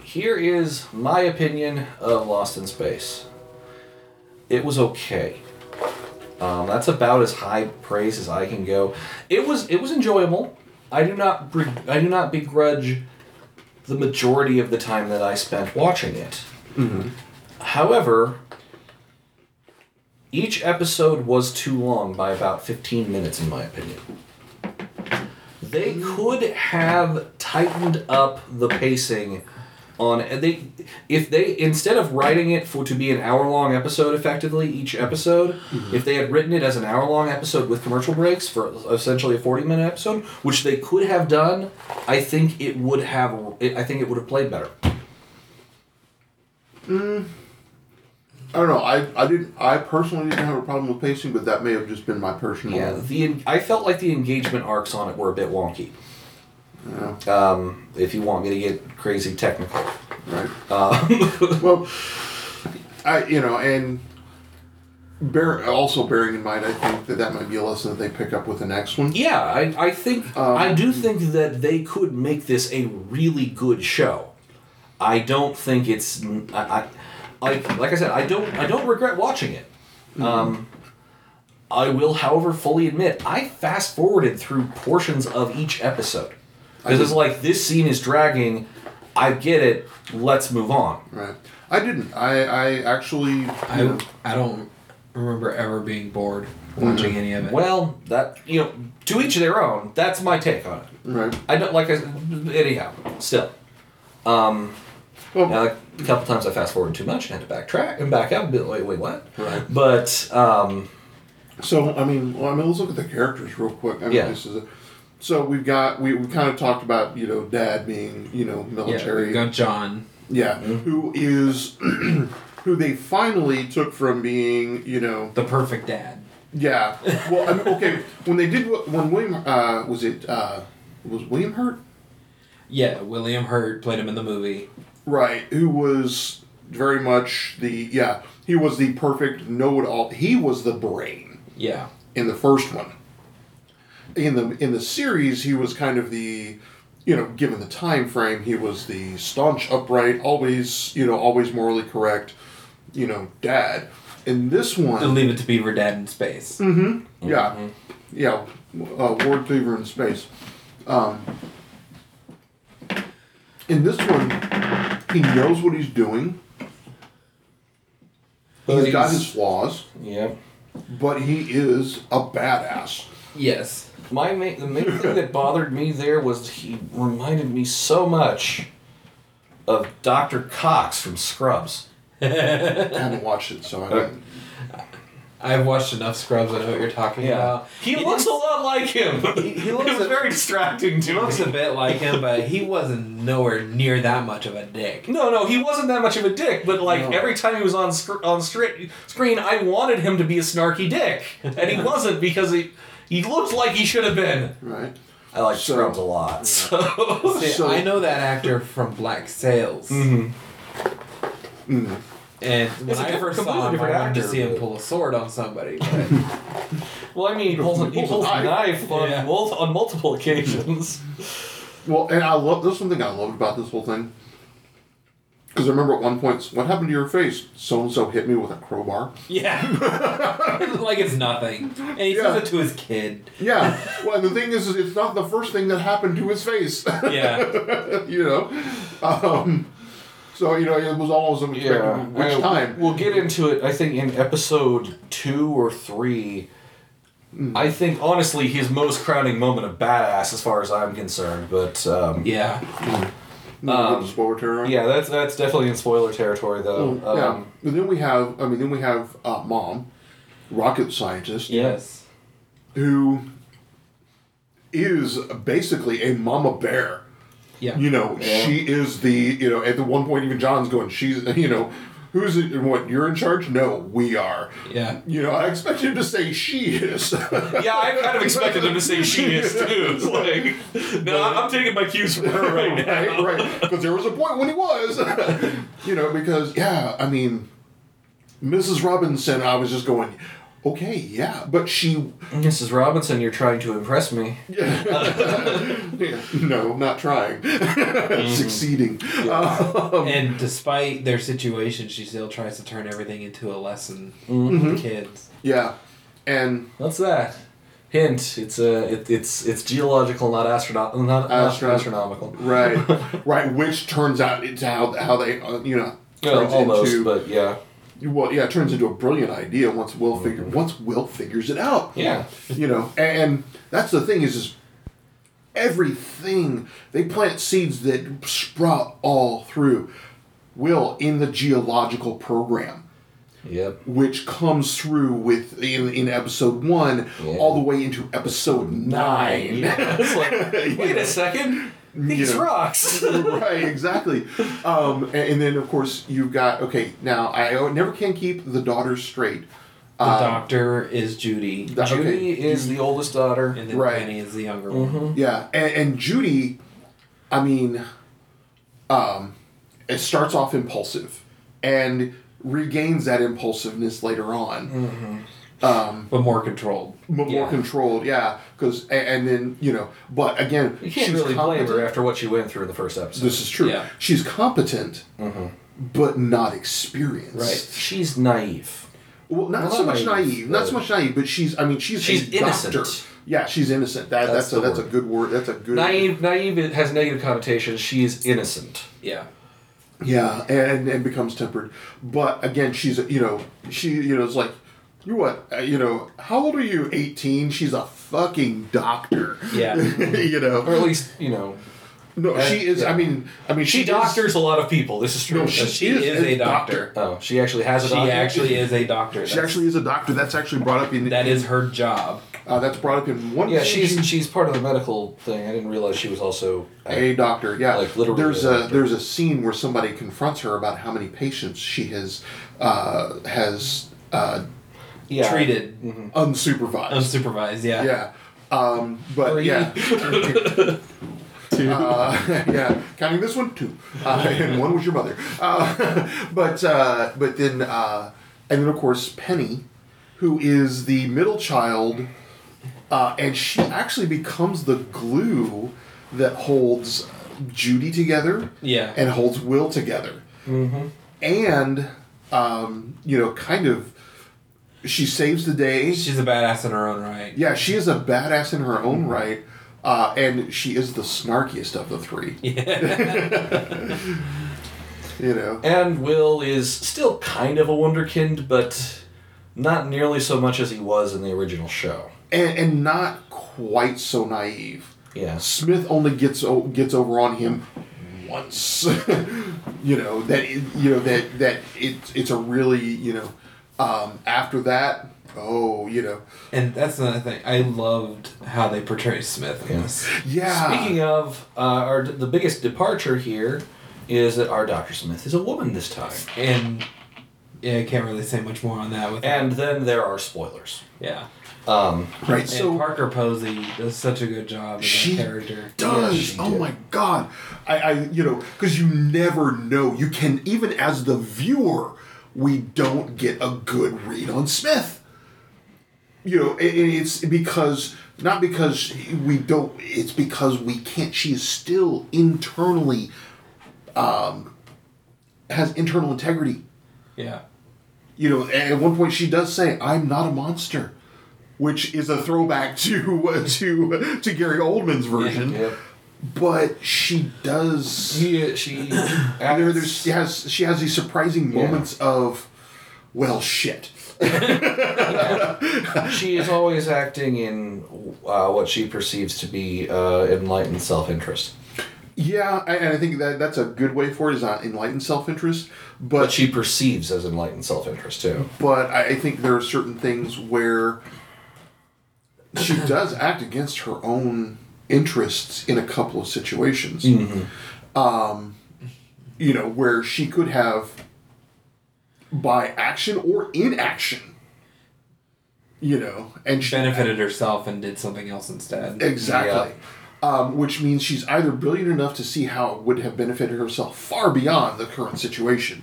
Speaker 1: here is my opinion of Lost in Space it was okay. Um, that's about as high praise as I can go. It was it was enjoyable. I do not beg- I do not begrudge the majority of the time that I spent watching it. However, each episode was too long by about 15 minutes, in my opinion. They could have tightened up the pacing on and they if they instead of writing it for to be an hour long episode effectively each episode if they had written it as an hour long episode with commercial breaks for essentially a 40 minute episode which they could have done i think it would have it, i think it would have played better
Speaker 2: I don't know. I, I didn't. I personally didn't have a problem with pacing, but that may have just been my personal.
Speaker 1: yeah the en- i felt like the engagement arcs on it were a bit wonky
Speaker 2: Yeah.
Speaker 1: um, if you want me to get crazy technical
Speaker 2: Right.
Speaker 1: uh,
Speaker 2: Well, I you know, and bear also bearing in mind, I think that that might be a lesson that they pick up with the next one.
Speaker 1: Yeah, I, I think
Speaker 2: Um,
Speaker 1: I do think that they could make this a really good show. I don't think it's I, I like like I said I don't I don't regret watching it. Um, I will, however, fully admit I fast forwarded through portions of each episode because it's like this scene is dragging. I get it. Let's move on.
Speaker 2: Right. I didn't. I I actually. you know,
Speaker 3: I, I don't remember ever being bored
Speaker 1: Mm.
Speaker 3: watching any of it.
Speaker 1: Well, that you know, to each their own. That's my take on it.
Speaker 2: right.
Speaker 1: I don't like I s- anyhow. Still.
Speaker 2: Well,
Speaker 1: Now, like, a couple times I fast forward too much and had to backtrack and back out. and be like, Wait, wait, what?
Speaker 2: Right.
Speaker 1: But um,
Speaker 2: So I mean, well, I mean, let's look at the characters real quick. I mean,
Speaker 1: Yeah.
Speaker 2: this is a, so we've got we, we kind of talked about you know dad being you know
Speaker 3: yeah, Mm-hmm.
Speaker 2: military
Speaker 3: we got John.
Speaker 2: yeah who is who they finally took from being you know
Speaker 3: the perfect dad.
Speaker 2: yeah well I mean, okay when they did what when William uh, was it uh, was William Hurt
Speaker 3: Yeah, William Hurt played him in the movie.
Speaker 2: right who was very much the yeah he was the perfect know it all he was the brain
Speaker 3: Yeah.
Speaker 2: in the first one. In the in the series, he was kind of the, you know, given the time frame, he was the staunch, upright, always you know, always morally correct, you know, dad. In this
Speaker 3: The
Speaker 2: one,
Speaker 3: Leave It to Beaver dad in
Speaker 1: Mm.
Speaker 3: space.
Speaker 2: Mm-hmm.
Speaker 3: Mm-hmm.
Speaker 2: yeah, yeah, uh, Ward Cleaver in space. Um, in this one, he knows what he's doing.
Speaker 3: But
Speaker 2: he's got
Speaker 3: he's-
Speaker 2: his flaws,
Speaker 1: yeah,
Speaker 2: but he is a badass.
Speaker 3: Yes.
Speaker 1: my main the main thing that bothered me there was he reminded me so much of Doctor Cox from Scrubs.
Speaker 2: I haven't watched it, so I don't.
Speaker 3: I've watched enough Scrubs. I know what you're talking about.
Speaker 1: he, looks a lot like him.
Speaker 3: He- he looks
Speaker 1: it was
Speaker 3: a-
Speaker 1: very distracting
Speaker 3: He
Speaker 1: to
Speaker 3: looks
Speaker 1: me.
Speaker 3: a bit like him, but he wasn't nowhere near that much of a dick.
Speaker 1: No, no, he wasn't that much of a dick, but like
Speaker 2: No.
Speaker 1: every time he was on sc- on stri- screen, I wanted him to be a snarky dick, and he wasn't because he he looked like he should have been.
Speaker 2: Right.
Speaker 1: I like
Speaker 2: So-
Speaker 1: Scrubs a lot. So Mm-hmm.
Speaker 3: See,
Speaker 2: So-
Speaker 3: I know that actor from Black Sails, Mm-hmm.
Speaker 2: Mm.
Speaker 3: and when
Speaker 1: It's a
Speaker 3: I
Speaker 1: different-
Speaker 3: first
Speaker 1: completely
Speaker 3: saw him, I
Speaker 1: different
Speaker 3: wanted to
Speaker 1: actor,
Speaker 3: see him
Speaker 1: but-
Speaker 3: pull a sword on somebody. But
Speaker 1: Well, I mean, he pulls, he pulls a knife on,
Speaker 3: Yeah.
Speaker 1: mul- on multiple occasions.
Speaker 2: Well, and I love that's one thing I loved about this whole thing. Because I remember at one point, what happened to your face? So and so hit me with a crowbar.
Speaker 3: yeah, like it's nothing, and he
Speaker 2: Yeah.
Speaker 3: says it to his kid.
Speaker 2: Yeah. well, and the thing is, is it's not the first thing that happened to his face.
Speaker 3: Yeah,
Speaker 2: you know. Um, so you know, it was almost unexpected. Which
Speaker 1: I-
Speaker 2: time?
Speaker 1: We'll get into it, I think, in episode two or three. I think, honestly, his most crowning moment of badass, as far as I'm concerned. But um,
Speaker 3: yeah.
Speaker 1: um,
Speaker 2: spoiler terror.
Speaker 1: yeah, that's that's definitely in spoiler territory, though.
Speaker 2: Um, yeah.
Speaker 1: Um,
Speaker 2: And then we have, I mean, then we have uh, mom, rocket scientist,
Speaker 3: Yes.
Speaker 2: who is basically a mama bear.
Speaker 3: Yeah.
Speaker 2: you know
Speaker 1: Yeah.
Speaker 2: she is the you know at the one point even john's going she's you know who's it what you're in charge no we are
Speaker 3: yeah.
Speaker 2: you know i expect him to say she is
Speaker 1: yeah. I kind of expected him to say she is too. It's like, no, I'm, I'm taking my cues from her right now.
Speaker 2: right right because there was a point when he was you know because yeah i mean mrs robinson i was just going okay yeah but she
Speaker 1: Mrs. Robinson, you're trying to impress me.
Speaker 2: no not trying
Speaker 1: Mm-hmm.
Speaker 2: succeeding Uh,
Speaker 1: Um,
Speaker 3: And despite their situation, she still tries to turn everything into a lesson for the kids.
Speaker 2: yeah and
Speaker 1: What's that? Hint: It's a it, it's it's geological, not astrono- not, not
Speaker 2: Astro-
Speaker 1: astronomical.
Speaker 2: Right, right. Which turns out it's how how they uh, you know
Speaker 1: Well,
Speaker 2: turns
Speaker 1: almost,
Speaker 2: into
Speaker 1: but yeah,
Speaker 2: well yeah it turns into a brilliant idea once Will figure once Will figures it out.
Speaker 1: Mm-hmm. yeah.
Speaker 2: you know, and, and that's the thing is is everything. They plant seeds that sprout all through. Will in the geological program
Speaker 1: Yep.
Speaker 2: which comes through with in, in episode one
Speaker 1: Yeah.
Speaker 2: all the way into episode nine.
Speaker 1: Yeah, it's like, wait a second. These
Speaker 2: You know.
Speaker 1: rocks.
Speaker 2: right, exactly. Um, and, and then of course you've got okay. Now I never can keep the daughters straight.
Speaker 3: The doctor is Judy,
Speaker 2: That- okay.
Speaker 1: Judy is Uh, the oldest daughter.
Speaker 3: and then
Speaker 2: right.
Speaker 3: Penny is the younger one.
Speaker 2: Yeah, and, and Judy, I mean, um, it starts off impulsive, and regains that impulsiveness later on.
Speaker 3: but more controlled.
Speaker 2: M- more
Speaker 1: Yeah.
Speaker 2: controlled, yeah. Because and, then you know, but again,
Speaker 1: You can't really blame her after what she went through in the first episode.
Speaker 2: This is true.
Speaker 3: Yeah.
Speaker 2: She's competent, but not experienced.
Speaker 1: She's naive.
Speaker 2: Well, not
Speaker 1: Well,
Speaker 2: so
Speaker 1: not
Speaker 2: much
Speaker 1: naive,
Speaker 2: naive. Not
Speaker 1: but-
Speaker 2: so much naive, but she's. I mean, she's.
Speaker 1: She's
Speaker 2: a doctor.
Speaker 1: innocent.
Speaker 2: Yeah, she's innocent. That,
Speaker 1: That's the
Speaker 2: that's a, that's a
Speaker 1: word.
Speaker 2: good word. That's a good
Speaker 1: Naive. Naive it has negative connotations. She is innocent.
Speaker 3: Yeah.
Speaker 2: Yeah, and and becomes tempered. But again, she's a- you know she you know it's like you what uh, you know how old are you? Eighteen. She's a fucking doctor.
Speaker 3: Yeah.
Speaker 2: you know.
Speaker 1: Or at least, you know.
Speaker 2: no,
Speaker 1: uh,
Speaker 2: she is.
Speaker 1: yeah.
Speaker 2: I mean, I mean,
Speaker 1: She,
Speaker 2: she is-
Speaker 1: doctors a lot of people. This is true.
Speaker 2: No, she,
Speaker 3: She is, a doctor.
Speaker 1: oh, she actually has a
Speaker 3: She
Speaker 1: doctor.
Speaker 3: actually is a doctor.
Speaker 2: She
Speaker 3: That's-
Speaker 2: actually is a doctor. That's actually brought up in
Speaker 3: that is her job.
Speaker 2: uh, that's brought up in one.
Speaker 1: Yeah,
Speaker 2: thing
Speaker 1: she's
Speaker 2: she-
Speaker 1: she's part of the medical thing. I didn't realize she was also.
Speaker 2: a doctor. Yeah,
Speaker 1: Like, literally
Speaker 2: There's
Speaker 1: a
Speaker 2: a,
Speaker 1: doctor.
Speaker 2: there's a scene where somebody confronts her about how many patients she has uh, has uh,
Speaker 1: yeah.
Speaker 3: Treated
Speaker 2: unsupervised.
Speaker 3: unsupervised. Yeah.
Speaker 2: Mm-hmm. yeah. Um, but
Speaker 1: Three.
Speaker 2: yeah, uh, yeah, counting this one two, uh, and one was your mother. Uh, but uh, but then uh, and then of course Penny, who is the middle child, uh, and she actually becomes the glue that holds Judy together
Speaker 3: Yeah.
Speaker 2: and holds Will together. And um, you know, kind of, she saves the day.
Speaker 3: She's a badass in her own right.
Speaker 2: Yeah, she is a badass in her own right, uh, and she is the snarkiest of the three. you know.
Speaker 1: And Will is still kind of a wunderkind, but not nearly so much as he was in the original show.
Speaker 2: and, and not quite so naive.
Speaker 1: Yeah.
Speaker 2: Smith only gets o- gets over on him once. you know that it, you know that that it's it's a really you know um, after that oh you know
Speaker 3: And that's another thing. I loved how they portray Smith in this.
Speaker 2: yeah
Speaker 1: Speaking of, uh, our the biggest departure here is that our Doctor Smith is a woman this time,
Speaker 3: And yeah, I can't really say much more on that. With
Speaker 1: and then there are spoilers.
Speaker 3: yeah.
Speaker 1: Um,
Speaker 2: right
Speaker 3: And
Speaker 2: so
Speaker 3: Parker Posey does such a good job as
Speaker 2: She-
Speaker 3: that character.
Speaker 2: does.
Speaker 1: Yeah, she
Speaker 2: oh
Speaker 1: did.
Speaker 2: my god. I, I you know, because you never know. You can even as the viewer, we don't get a good read on Smith. You know, and and it's because not because we don't. It's because we can't. She is still internally, um, has internal integrity.
Speaker 3: Yeah.
Speaker 2: You know, and at one point she does say, "I'm not a monster," which is a throwback to to to Gary Oldman's version
Speaker 1: yeah.
Speaker 2: but she does.
Speaker 1: He, she,
Speaker 2: There, there's, she has she has these surprising moments of, well, shit.
Speaker 1: she is always acting in uh, what she perceives to be uh, enlightened self-interest,
Speaker 2: Yeah, I, and I think that that's a good way for it is not enlightened self interest,
Speaker 1: but
Speaker 2: but
Speaker 1: she perceives as enlightened self-interest too.
Speaker 2: but I, I think there are certain things where she does act against her own interests in a couple of situations. Um, you know where she could have by action or inaction. You know, and she,
Speaker 3: Benefited herself and did something else instead.
Speaker 2: Exactly. Um, which means she's either brilliant enough to see how it would have benefited herself far beyond the current situation,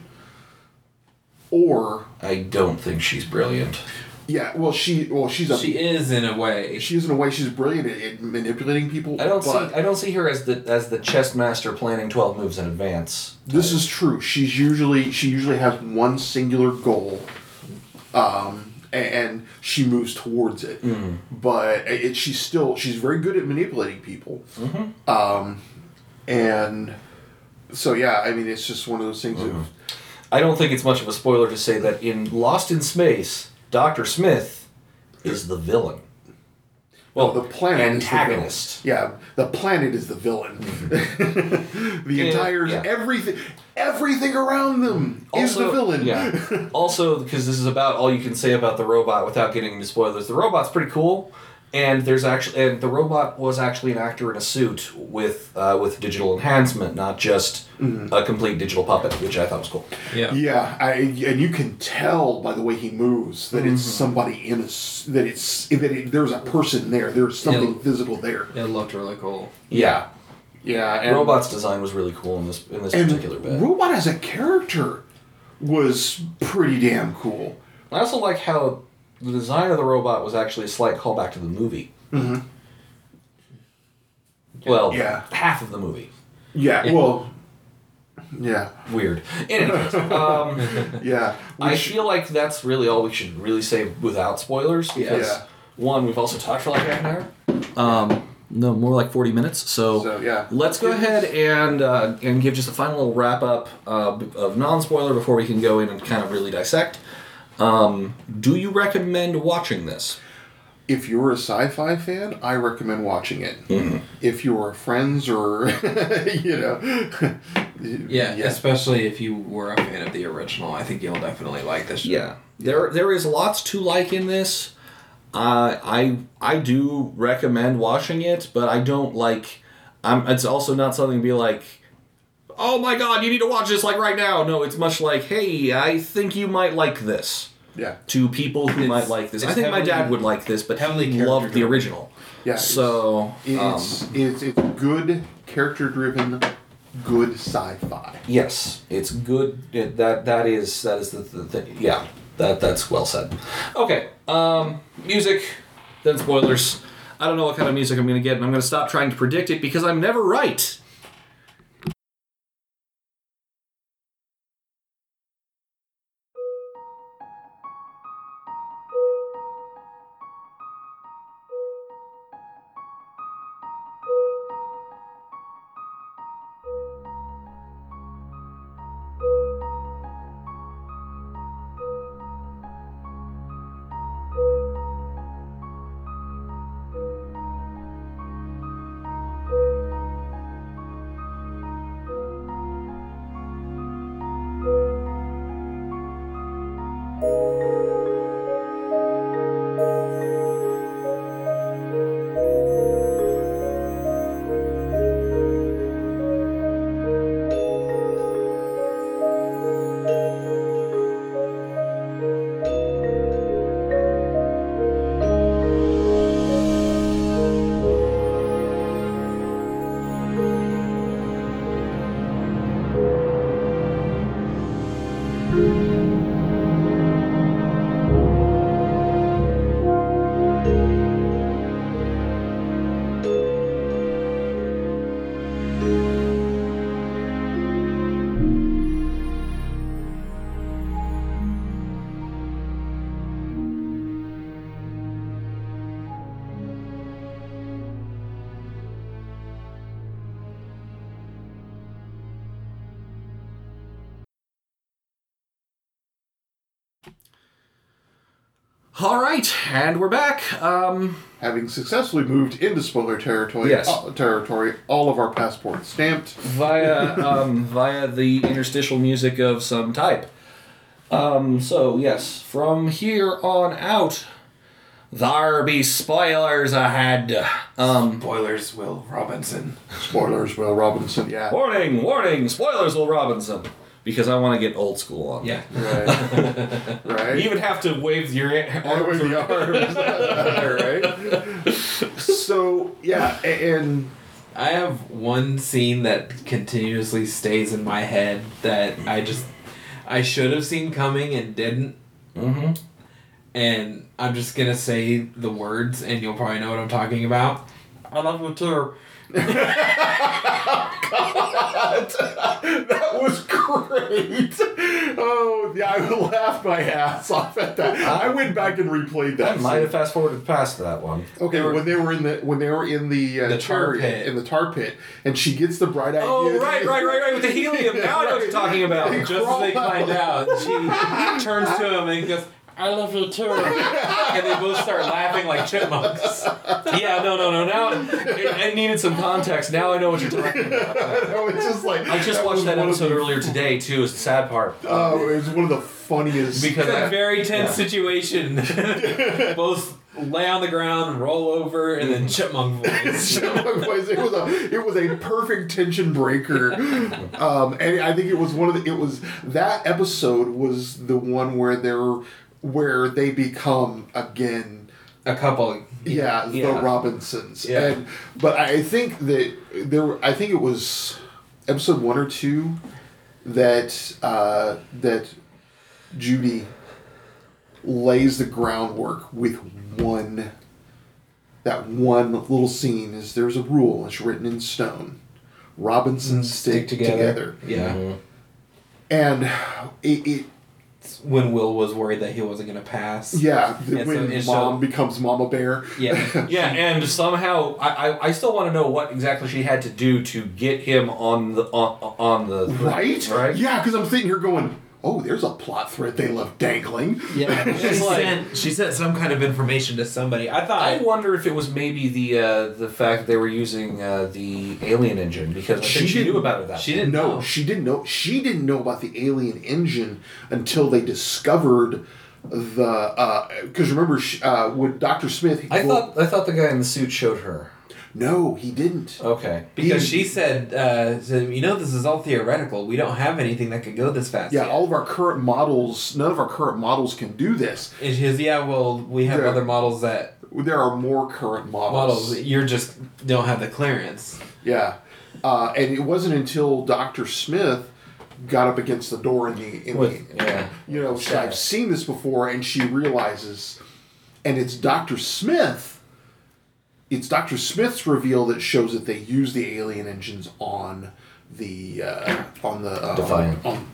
Speaker 2: or
Speaker 1: I don't think she's brilliant.
Speaker 2: yeah, well she well she's a
Speaker 3: She
Speaker 2: she,
Speaker 3: is in a way.
Speaker 2: is in a way she's brilliant at, at manipulating people.
Speaker 1: I don't
Speaker 2: but
Speaker 1: see. I don't see her as the as the chess master planning twelve moves in advance.
Speaker 2: this is true. She's usually she usually has one singular goal, um, and she moves towards it.
Speaker 1: Hmm.
Speaker 2: But it, she's still she's very good at manipulating people.
Speaker 1: Mm-hmm.
Speaker 2: Um, and so yeah, I mean it's just one of those things
Speaker 1: Mm-hmm.
Speaker 2: of
Speaker 1: I don't think it's much of a spoiler to say that in Lost in Space, Doctor Smith is the villain. Well,
Speaker 2: the planet
Speaker 1: antagonist.
Speaker 2: Is the villain. yeah, the planet is the villain. the
Speaker 1: Mm-hmm. Yeah,
Speaker 2: entire
Speaker 1: yeah. Mm-hmm.
Speaker 2: everything, everything around them is the villain.
Speaker 1: Yeah. also, because this is about all you can say about the robot without getting into spoilers. The robot's pretty cool, and there's actually and the robot was actually an actor in a suit with uh, with digital enhancement, not just
Speaker 2: Mm-hmm.
Speaker 1: a complete digital puppet, which I thought was cool.
Speaker 3: Yeah.
Speaker 2: Yeah, I, and you can tell by the way he moves that
Speaker 1: Mm-hmm.
Speaker 2: it's somebody in a s- that it's that it, there's a person there. There's something
Speaker 3: Yeah.
Speaker 2: physical there.
Speaker 3: It looked really cool.
Speaker 1: Yeah,
Speaker 2: Yeah,
Speaker 1: robot's design was really cool in this in this
Speaker 2: and
Speaker 1: particular bit.
Speaker 2: robot as a character was pretty damn cool.
Speaker 1: I also like how the design of the robot was actually a slight callback to the movie. Mm-hmm. Well,
Speaker 2: Yeah.
Speaker 1: half of the movie.
Speaker 2: Yeah, well, yeah,
Speaker 1: Weird. Anyways, um,
Speaker 2: yeah. We
Speaker 1: I
Speaker 2: should-
Speaker 1: feel like that's really all we should really say without spoilers. Because
Speaker 2: Yeah.
Speaker 1: one, we've also talked for like half an hour. Um, no, more like forty minutes. So,
Speaker 2: So, yeah.
Speaker 1: let's go ahead and uh, and give just a final little wrap up uh, b- of non spoiler before we can go in and kind of really dissect. Um, do you recommend watching this?
Speaker 2: if you're a sci-fi fan, I recommend watching it.
Speaker 1: Mm-hmm.
Speaker 2: If you're friends or you know,
Speaker 3: Yeah, especially if you were a fan of the original, I think you'll definitely like this.
Speaker 1: Yeah, there there is lots to like in this. Uh, I I do recommend watching it, but I don't like. I'm. It's also not something to be like. Oh my god, you need to watch this like right now. No, it's much like, hey, I think you might like this.
Speaker 2: yeah,
Speaker 1: To people who
Speaker 3: It's-
Speaker 1: might like this, I
Speaker 3: it's
Speaker 1: think my dad
Speaker 3: heavily-
Speaker 1: would like this, but
Speaker 3: heavily
Speaker 1: he loved the
Speaker 3: character-driven.
Speaker 1: original.
Speaker 2: yeah.
Speaker 1: So um,
Speaker 2: it's it's, it's good character-driven, good sci-fi.
Speaker 1: Yes, it's good. It, that that is that is the, the thing. Yeah, that that's well said. Okay, um, music, then spoilers. I don't know what kind of music I'm gonna get, and I'm gonna stop trying to predict it because I'm never right. All right, and we're back. Um,
Speaker 2: Having successfully moved into spoiler territory,
Speaker 1: Yes.
Speaker 2: uh, territory, all of our passports stamped.
Speaker 1: via um, via the interstitial music of some type. Um, so yes, from here on out, there be spoilers ahead. Um,
Speaker 3: Spoilers, Will Robinson.
Speaker 2: Spoilers, Will Robinson. Yeah.
Speaker 1: Warning, warning, spoilers, Will Robinson. Because I want to get old school on
Speaker 3: Yeah.
Speaker 2: Right. right.
Speaker 1: that. You even have to wave your
Speaker 2: All the way to the arms. right. So yeah, a- and
Speaker 3: I have one scene that continuously stays in my head that I just I should have seen coming and didn't.
Speaker 1: Mm-hmm.
Speaker 3: And I'm just gonna say the words and you'll probably know what I'm talking about. I love you too.
Speaker 2: that was great. Oh, yeah, I laughed my ass off at that. I went back and replayed that.
Speaker 1: I might have
Speaker 2: scene.
Speaker 1: fast forwarded past that one.
Speaker 2: Okay, when they were in the when they were in the, uh,
Speaker 3: The tar
Speaker 2: chariot,
Speaker 3: pit.
Speaker 2: in the tar pit, and she gets the bright idea.
Speaker 1: Oh, right, right, right, right, with the helium. Now I know what you're talking about.
Speaker 3: Just as they find out, she turns to him and goes,
Speaker 5: I love you too.
Speaker 1: and they both start laughing like chipmunks. Yeah, no, no, no. Now I needed some context. Now I know what you're talking about.
Speaker 2: No, it's just like
Speaker 1: I just watched
Speaker 2: was
Speaker 1: that
Speaker 2: one of
Speaker 1: episode
Speaker 2: the-
Speaker 1: earlier today too. Is the sad part
Speaker 2: Oh, it's one of the funniest.
Speaker 1: because
Speaker 5: It's a
Speaker 1: I-
Speaker 5: very tense
Speaker 1: Yeah.
Speaker 5: situation. Both lay on the ground, roll over, and then chipmunk voice.
Speaker 2: it was a it was a perfect tension breaker, um, and I think it was one of the it was that episode was the one where they're where they become again
Speaker 3: A couple.
Speaker 2: yeah,
Speaker 1: Yeah.
Speaker 2: the Robinsons.
Speaker 3: Yeah.
Speaker 2: And but I think that there I think it was episode one or two that uh, that Judy lays the groundwork with one that one little scene is there's a rule it's written in stone.
Speaker 3: Mm,
Speaker 2: Robinsons stick, together.
Speaker 3: Yeah.
Speaker 2: And it, it
Speaker 3: When Will was worried that he wasn't gonna pass.
Speaker 2: yeah,
Speaker 3: And so-
Speaker 2: when
Speaker 3: and so-
Speaker 2: mom becomes mama bear.
Speaker 3: Yeah.
Speaker 1: yeah, and somehow I, I, I still want to know what exactly she had to do to get him on the on, on the
Speaker 2: Right?
Speaker 1: right.
Speaker 2: Yeah, because I'm sitting here going, oh, there's a plot thread they left dangling.
Speaker 3: Yeah.
Speaker 4: She
Speaker 1: It's like-
Speaker 4: sent, she sent some kind of information to somebody. I thought
Speaker 1: I wonder if it was maybe the uh, the fact they were using uh, the alien engine because I
Speaker 2: She
Speaker 1: think she
Speaker 2: didn't-
Speaker 1: knew about it that
Speaker 4: she
Speaker 1: point.
Speaker 4: didn't
Speaker 2: No,
Speaker 4: know.
Speaker 2: she didn't know. She didn't know about the alien engine until they discovered the. Because remember, sh uh, with Doctor Smith, he-
Speaker 1: I
Speaker 2: well,
Speaker 1: thought I thought the guy in the suit showed her.
Speaker 2: no, he didn't.
Speaker 1: Okay.
Speaker 3: Because she said, uh, said, you know, this is all theoretical. We don't have anything that could go this fast.
Speaker 2: yeah,
Speaker 3: yet."
Speaker 2: all of our current models, none of our current models can do this.
Speaker 3: And she goes, yeah, well, we have
Speaker 2: Yeah.
Speaker 3: other models that
Speaker 2: There are more current models.
Speaker 3: models. that You're just don't have the clearance.
Speaker 2: Yeah, uh, and it wasn't until Doctor Smith got up against the door in the in
Speaker 1: With-
Speaker 2: the,
Speaker 1: yeah.
Speaker 2: you know she's,
Speaker 1: Yeah.
Speaker 2: I've seen this before, and she realizes, and it's Doctor Smith. It's Doctor Smith's reveal that shows that they use the alien engines on the uh, on the uh,
Speaker 1: Defiant.
Speaker 2: on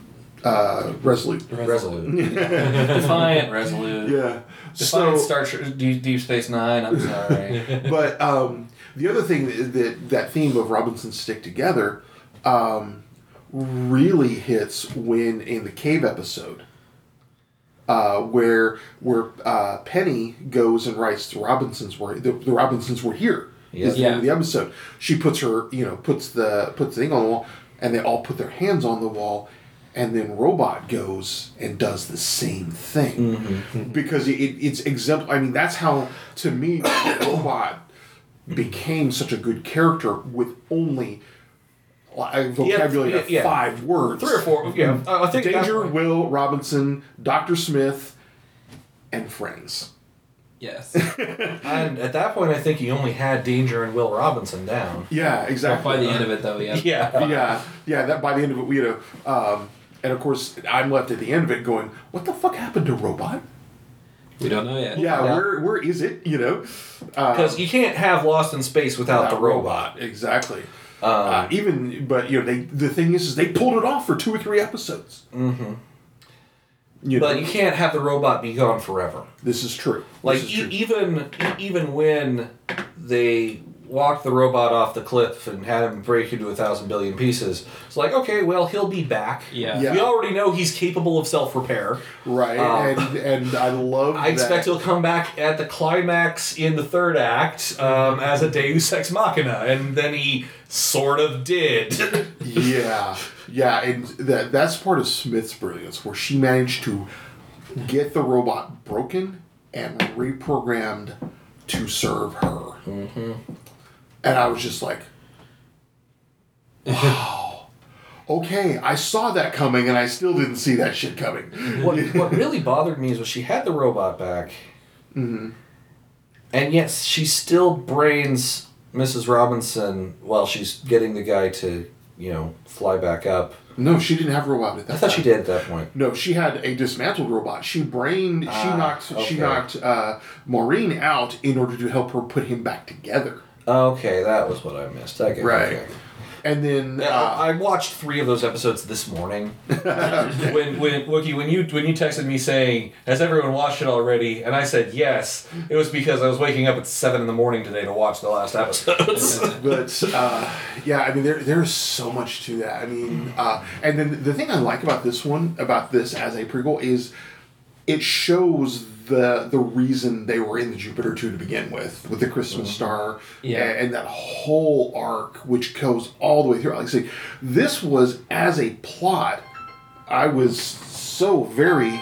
Speaker 2: uh, Resolute.
Speaker 1: Resolute. Defiant, Resolute.
Speaker 2: Yeah.
Speaker 1: Defiant Star Trek, Deep, Deep Space Nine. I'm sorry.
Speaker 2: but um, the other thing that, that that theme of Robinson stick together um, really hits when in the cave episode uh, where where uh, Penny goes and writes the Robinsons were the, the Robinsons were here. Is the name of the episode. She puts her you know puts the puts the thing on the wall, and they all put their hands on the wall. And then robot goes and does the same thing
Speaker 1: Mm-hmm.
Speaker 2: because it, it's exempt. I mean, that's how to me robot became such a good character with only a vocabulary of
Speaker 1: yeah.
Speaker 2: five words,
Speaker 1: Three or four. Yeah, I I think that's-
Speaker 2: Danger, Will, Robinson, Dr. Smith, and friends.
Speaker 3: Yes.
Speaker 1: And at that point, I think he only had Danger and Will Robinson down.
Speaker 2: Yeah, exactly.
Speaker 3: By the end of it, though, yeah.
Speaker 1: Yeah.
Speaker 2: yeah, yeah. That by the end of it, we had a, um, and of course, I'm left at the end of it going, "What the fuck happened to Robot?
Speaker 3: We don't know yet.
Speaker 2: Yeah,
Speaker 1: Yeah.
Speaker 2: where where is it? You know, uh,
Speaker 1: Because you can't have Lost in Space without the robot.
Speaker 2: Exactly. uh, even, but you know, they the thing is, is they pulled it off for two or three episodes. Mm-hmm. You know,
Speaker 1: But you can't have the robot be gone forever.
Speaker 2: this is true.
Speaker 1: Like
Speaker 2: this is
Speaker 1: e-
Speaker 2: true.
Speaker 1: even e- even when they walked the robot off the cliff and had him break into a thousand billion pieces, it's like okay, well he'll be back.
Speaker 3: Yeah.
Speaker 2: Yeah.
Speaker 1: We already know he's capable of self repair.
Speaker 2: right,
Speaker 1: um,
Speaker 2: and and I love.
Speaker 1: I expect
Speaker 2: that.
Speaker 1: he'll come back at the climax in the third act um, as a Deus Ex Machina, and then he sort of did.
Speaker 2: yeah, yeah, and that that's part of Smith's brilliance, where she managed to get the robot broken and reprogrammed to serve her. Mm-hmm. And I was just like, wow. Okay, I saw that coming, and I still didn't see that shit coming.
Speaker 1: what, what really bothered me is when she had the robot back, and yet she still brains Mrs. Robinson while she's getting the guy to, you know, fly back up.
Speaker 2: No, she didn't have a robot at that.
Speaker 1: I thought she
Speaker 2: time.
Speaker 1: did at that point.
Speaker 2: No, she had a dismantled robot. She brained. she
Speaker 1: Ah,
Speaker 2: knocked.
Speaker 1: okay.
Speaker 2: She knocked uh, Maureen out in order to help her put him back together.
Speaker 1: Okay, that was what I missed. I get
Speaker 2: Right.
Speaker 1: okay.
Speaker 2: And then
Speaker 1: Yeah,
Speaker 2: uh,
Speaker 1: I I watched three of those episodes this morning. when when Wookie, when you when you texted me saying, "Has everyone watched it already?" and I said yes, it was because I was waking up at seven in the morning today to watch the last episodes.
Speaker 2: but uh, yeah, I mean, there there's so much to that. I mean, uh, and then the thing I like about this one, about this as a prequel, is it shows the the reason they were in the Jupiter two to begin with, with the Christmas star,
Speaker 5: Yeah.
Speaker 2: and, and that whole arc which goes all the way through. Like I say, this was as a plot, I was so very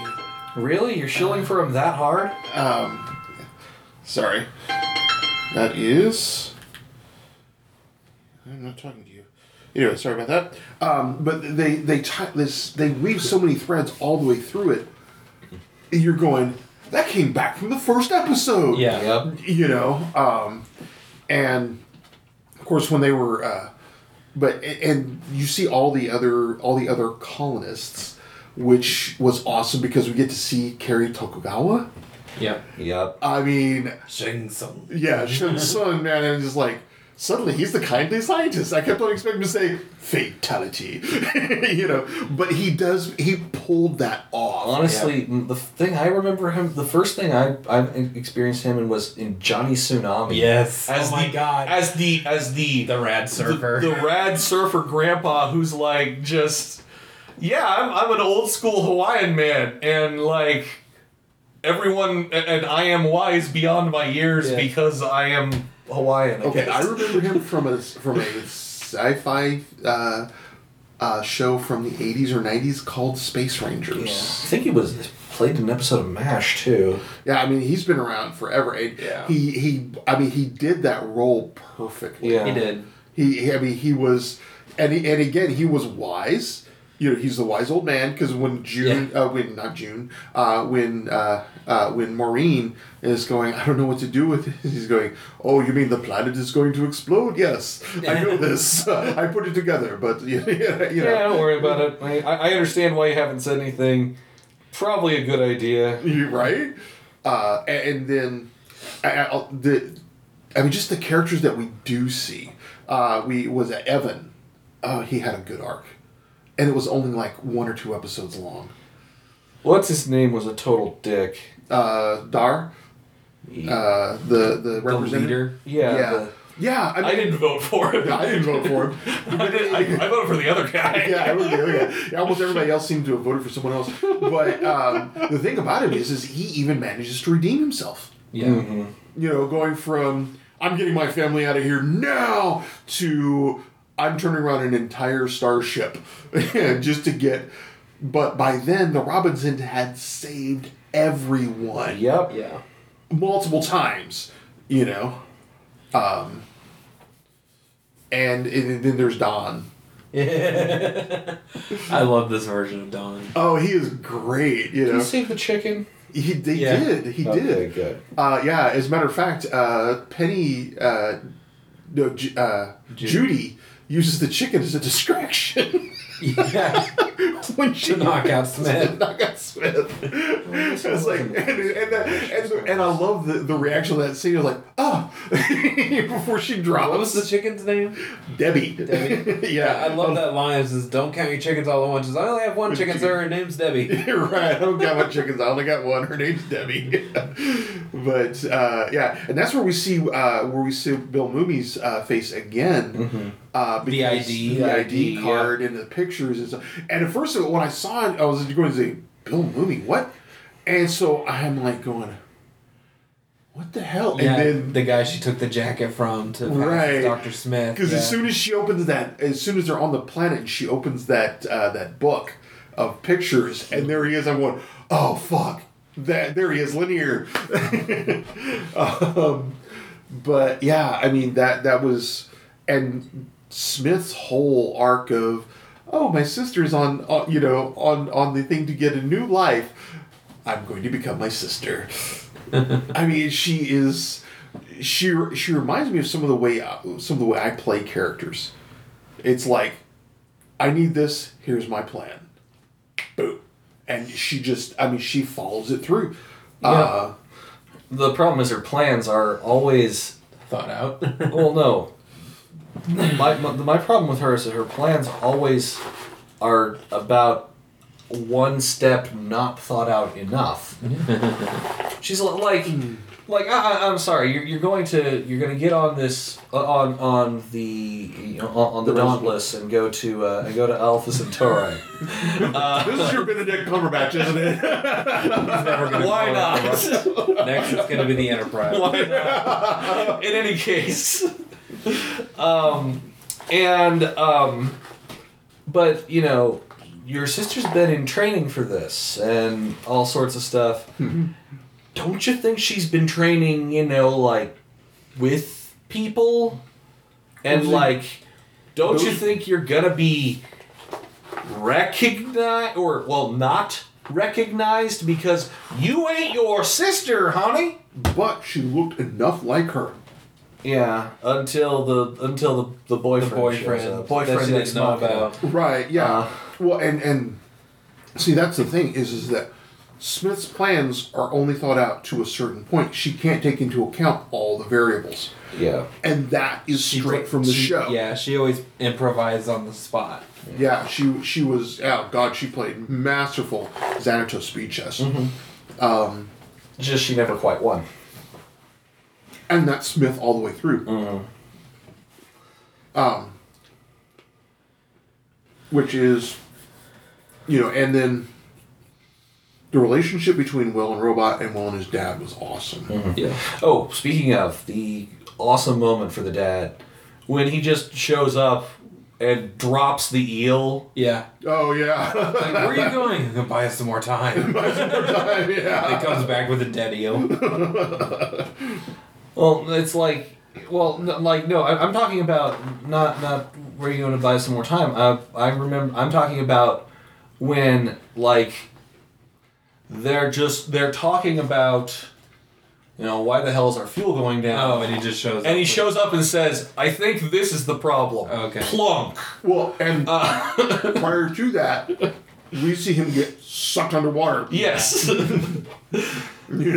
Speaker 1: Really? You're shilling for him that hard?
Speaker 2: sorry. That is. I'm not talking to you. Anyway, sorry about that. Um, but they they tie this they weave so many threads all the way through it. You're going. That came back from the first episode.
Speaker 5: Yeah.
Speaker 1: Yep.
Speaker 2: you know um, and of course when they were uh, but and you see all the other all the other colonists which was awesome because we get to see Kerry Tokugawa
Speaker 5: Yep.
Speaker 1: Yep.
Speaker 2: I mean
Speaker 4: Shing song.
Speaker 2: yeah Shun Sun man and just like suddenly he's the kindly scientist I kept on expecting him to say fatality you know but he does he pulled that off
Speaker 1: Honestly, m the thing I remember him, the first thing I I experienced him in was in Johnny Tsunami.
Speaker 5: Yes.
Speaker 1: As
Speaker 4: Oh my
Speaker 1: the,
Speaker 4: God.
Speaker 1: As the as the
Speaker 4: The rad surfer.
Speaker 1: The, the rad surfer grandpa who's like just yeah, I'm, I'm an old school Hawaiian man and like everyone and- and I am wise beyond my years
Speaker 5: Yeah.
Speaker 1: because I am Hawaiian. I
Speaker 2: Okay, I
Speaker 1: guess.
Speaker 2: remember him from a from a sci-fi uh, uh, show from the '80s or '90s called Space
Speaker 1: Yeah. I
Speaker 2: Rangers.
Speaker 1: think he was played in an episode of MASH too.
Speaker 2: Yeah, I mean he's been around forever. And
Speaker 1: Yeah.
Speaker 2: He he. I mean he did that role perfectly.
Speaker 1: Yeah.
Speaker 5: he did.
Speaker 2: He, he- I mean he was, and he, and again he was wise. You know he's the wise old man because when June, uh, when not June, uh, when uh, uh, when Maureen is going, I don't know what to do with it. He's going, oh, you mean the planet is going to explode? Yes, I know this. I put it together, but you know,
Speaker 1: Yeah,
Speaker 2: you know
Speaker 1: don't worry about it. I, I I understand why you haven't said anything. Probably a good idea.
Speaker 2: you right. Uh, a- and, then I, I, I'll- the, I mean, just the characters that we do see. Uh, we was at Evan. Oh, he had a good arc, and it was only like one or two episodes long.
Speaker 1: What's his name was a total dick.
Speaker 2: Uh, Dar, uh, the the
Speaker 5: The
Speaker 2: representative.
Speaker 5: leader.
Speaker 1: Yeah.
Speaker 2: yeah,
Speaker 1: the-
Speaker 2: yeah. I, mean,
Speaker 1: I didn't vote for him.
Speaker 2: I didn't vote for him.
Speaker 1: I, did, I, I voted for the other guy.
Speaker 2: yeah, I really, yeah. yeah, almost everybody else seemed to have voted for someone else. But um, the thing about him is, is he even manages to redeem himself.
Speaker 5: Yeah.
Speaker 2: Mm-hmm. You know, going from I'm getting my family out of here now to I'm turning around an entire starship just to get. But by then, the Robinson had saved everyone
Speaker 1: Yep.
Speaker 5: Yeah.
Speaker 2: multiple times, you know. Um, and, and then there's Don.
Speaker 5: I love this version of Don.
Speaker 2: Oh, he is great. You know,
Speaker 1: Did he save the chicken?
Speaker 2: He, they
Speaker 5: Yeah.
Speaker 2: did. He did.
Speaker 1: good.
Speaker 2: Uh, yeah. As a matter of fact, uh, Penny, uh, no, Ju- uh, Judy. uses the chicken as a distraction
Speaker 5: Yeah.
Speaker 2: when she
Speaker 5: to knock out Smith.
Speaker 2: knock out Smith. it's like, and, and, that, and, and I love the, the reaction to that scene. You're like, oh, before she drops.
Speaker 5: What was the chicken's name?
Speaker 2: Debbie?
Speaker 5: Debbie.
Speaker 2: yeah,
Speaker 5: I love that line. It says, "Don't count your chickens all at once." It says, I only have one chicken, sir. Her name's Debbie.
Speaker 2: You're right. I don't got my chickens. I only got one. Her name's Debbie. but uh, yeah, and that's where we see uh, where we see Bill Mooney's uh, face again. Uh,
Speaker 5: Mm-hmm. The
Speaker 2: because
Speaker 5: ID,
Speaker 2: the
Speaker 5: the
Speaker 2: ID,
Speaker 5: ID,
Speaker 2: card, and the pictures and stuff. And at first, when I saw it, I was going to say Bill Mooney, what? And so I'm like going, what the hell?
Speaker 5: yeah,
Speaker 2: and then
Speaker 5: the guy she took the jacket from to pass
Speaker 2: Right.
Speaker 5: as Dr. Smith.
Speaker 2: because
Speaker 5: yeah.
Speaker 2: as soon as she opens that, as soon as they're on the planet, and she opens that uh, that book of pictures, and there he is. I'm going, oh fuck, that there he is, linear. um, but yeah, I mean that that was, and Smith's whole arc of, oh my sister's on, on you know on on the thing to get a new life. I'm going to become my sister. I mean, she is. She she reminds me of some of the way some of the way I play characters. It's like, I need this. Here's my plan. Boom, and she just. I mean, she follows it through. Uh,
Speaker 1: The problem is her plans are always
Speaker 5: thought out.
Speaker 1: Well, no. My, my, my problem with her is that her plans always are about one step not thought out enough. She's li- like, like I, I- I'm sorry, you're, you're going to you're going to get on this uh, on on the you know, on, on the Dauntless and go to uh, and go to Alpha Centauri.
Speaker 2: This is your Benedict Cumberbatch, isn't it?
Speaker 1: Why not?
Speaker 5: Next, it's gonna be the Enterprise.
Speaker 1: Why not? In any case, um, and um, but you know, your sister's been in training for this and all sorts of stuff. Don't you think she's been training? You know, like with people, and like, don't you
Speaker 2: those-
Speaker 1: think you're gonna be recognized or well not recognized because you ain't your sister, honey?
Speaker 2: but she looked enough like her.
Speaker 1: Yeah, until the until the the boyfriend,
Speaker 5: The boyfriend,
Speaker 1: shows up.
Speaker 5: that
Speaker 1: boyfriend
Speaker 5: she
Speaker 1: that's
Speaker 5: didn't know
Speaker 1: not
Speaker 5: about.
Speaker 2: Right. Yeah.
Speaker 1: Uh.
Speaker 2: well, and and see, that's the thing is, is that Smith's plans are only thought out to a certain point. She can't take into account all the variables,
Speaker 1: Yeah,
Speaker 2: and that is straight from the
Speaker 3: She-
Speaker 2: show.
Speaker 3: Yeah, she always improvised on the spot.
Speaker 2: Yeah, she she was oh god, she played masterful Xanatos speed chess,
Speaker 1: Mm-hmm.
Speaker 2: um,
Speaker 1: just she never quite won.
Speaker 2: and that's Smith all the way through.
Speaker 1: Mm-hmm.
Speaker 2: Um, which is, you know, and then the relationship between Will and Robot and Will and his dad was awesome.
Speaker 3: Yeah.
Speaker 1: Oh, speaking of the awesome moment for the dad when he just shows up and drops the eel.
Speaker 3: Yeah.
Speaker 2: Oh yeah,
Speaker 5: Like, where are you going? I'm gonna buy us some more time. It
Speaker 2: yeah.
Speaker 5: comes back with a dead eel.
Speaker 1: Well, it's like, well, n- like no, I, I'm talking about not not where you going to buy some more time. I I remember I'm talking about when like they're just they're talking about you know why the hell is our fuel going down?
Speaker 5: Oh, and he just shows.
Speaker 1: And he
Speaker 5: up.
Speaker 1: shows up and says, "I think this is the problem."
Speaker 5: Okay.
Speaker 1: Plunk.
Speaker 2: Well, and
Speaker 1: Uh.
Speaker 2: prior to that, we see him get sucked underwater.
Speaker 1: Yes.
Speaker 2: you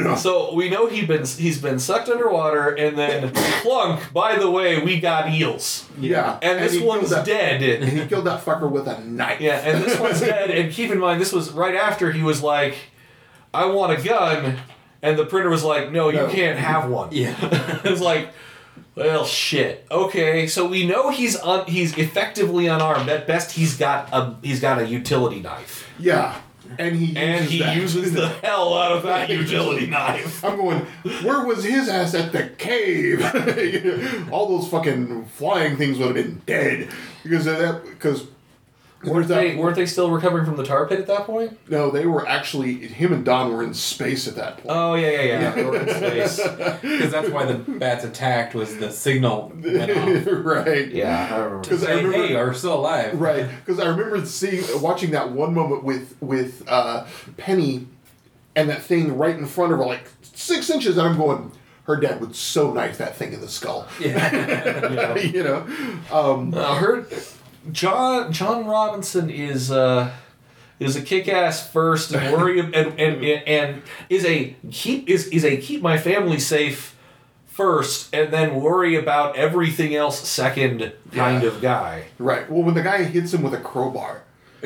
Speaker 2: know.
Speaker 1: so we know he been he's been sucked underwater, and then plunk. By the way, we got eels,
Speaker 2: Yeah,
Speaker 1: and this
Speaker 2: he
Speaker 1: one's
Speaker 2: killed that-
Speaker 1: dead.
Speaker 2: And he killed that fucker with a knife.
Speaker 1: Yeah, and this one's dead. And keep in mind, this was right after he was like, "I want a gun," and the printer was like, "No, you
Speaker 2: No.
Speaker 1: can't have one."
Speaker 5: Yeah.
Speaker 1: it was like, well, shit. Okay, so we know he's un- he's effectively unarmed. At best, he's got a he's got a utility knife,
Speaker 2: Yeah. And he uses
Speaker 1: and he
Speaker 2: that.
Speaker 1: uses the hell out of that utility knife.
Speaker 2: I'm going, where was his ass at the cave? You know, All those fucking flying things would have been dead. Because of that because
Speaker 1: Weren't
Speaker 2: there's that
Speaker 1: they weren't they still recovering from the tar pit at that point?
Speaker 2: no, they were actually him and Don were in space at that point.
Speaker 1: Oh yeah yeah yeah. They were in space.
Speaker 5: Because that's why the bats attacked was the signal went off.
Speaker 2: right.
Speaker 1: Yeah, I remember.
Speaker 2: Because I
Speaker 5: Hey,
Speaker 2: remember
Speaker 5: hey, are still alive.
Speaker 2: Right, because I remember seeing, watching that one moment with with uh, Penny, and that thing right in front of her, like six inches, and I'm going, her dad would so knife that thing in the skull. Yeah, you know, um,
Speaker 1: Uh, her, John John Robinson is uh, is a kick ass first and worry and, and, and and is a keep is is a keep my family safe first and then worry about everything else second kind
Speaker 2: Yeah.
Speaker 1: of guy.
Speaker 2: right. Well, when the guy hits him with a crowbar,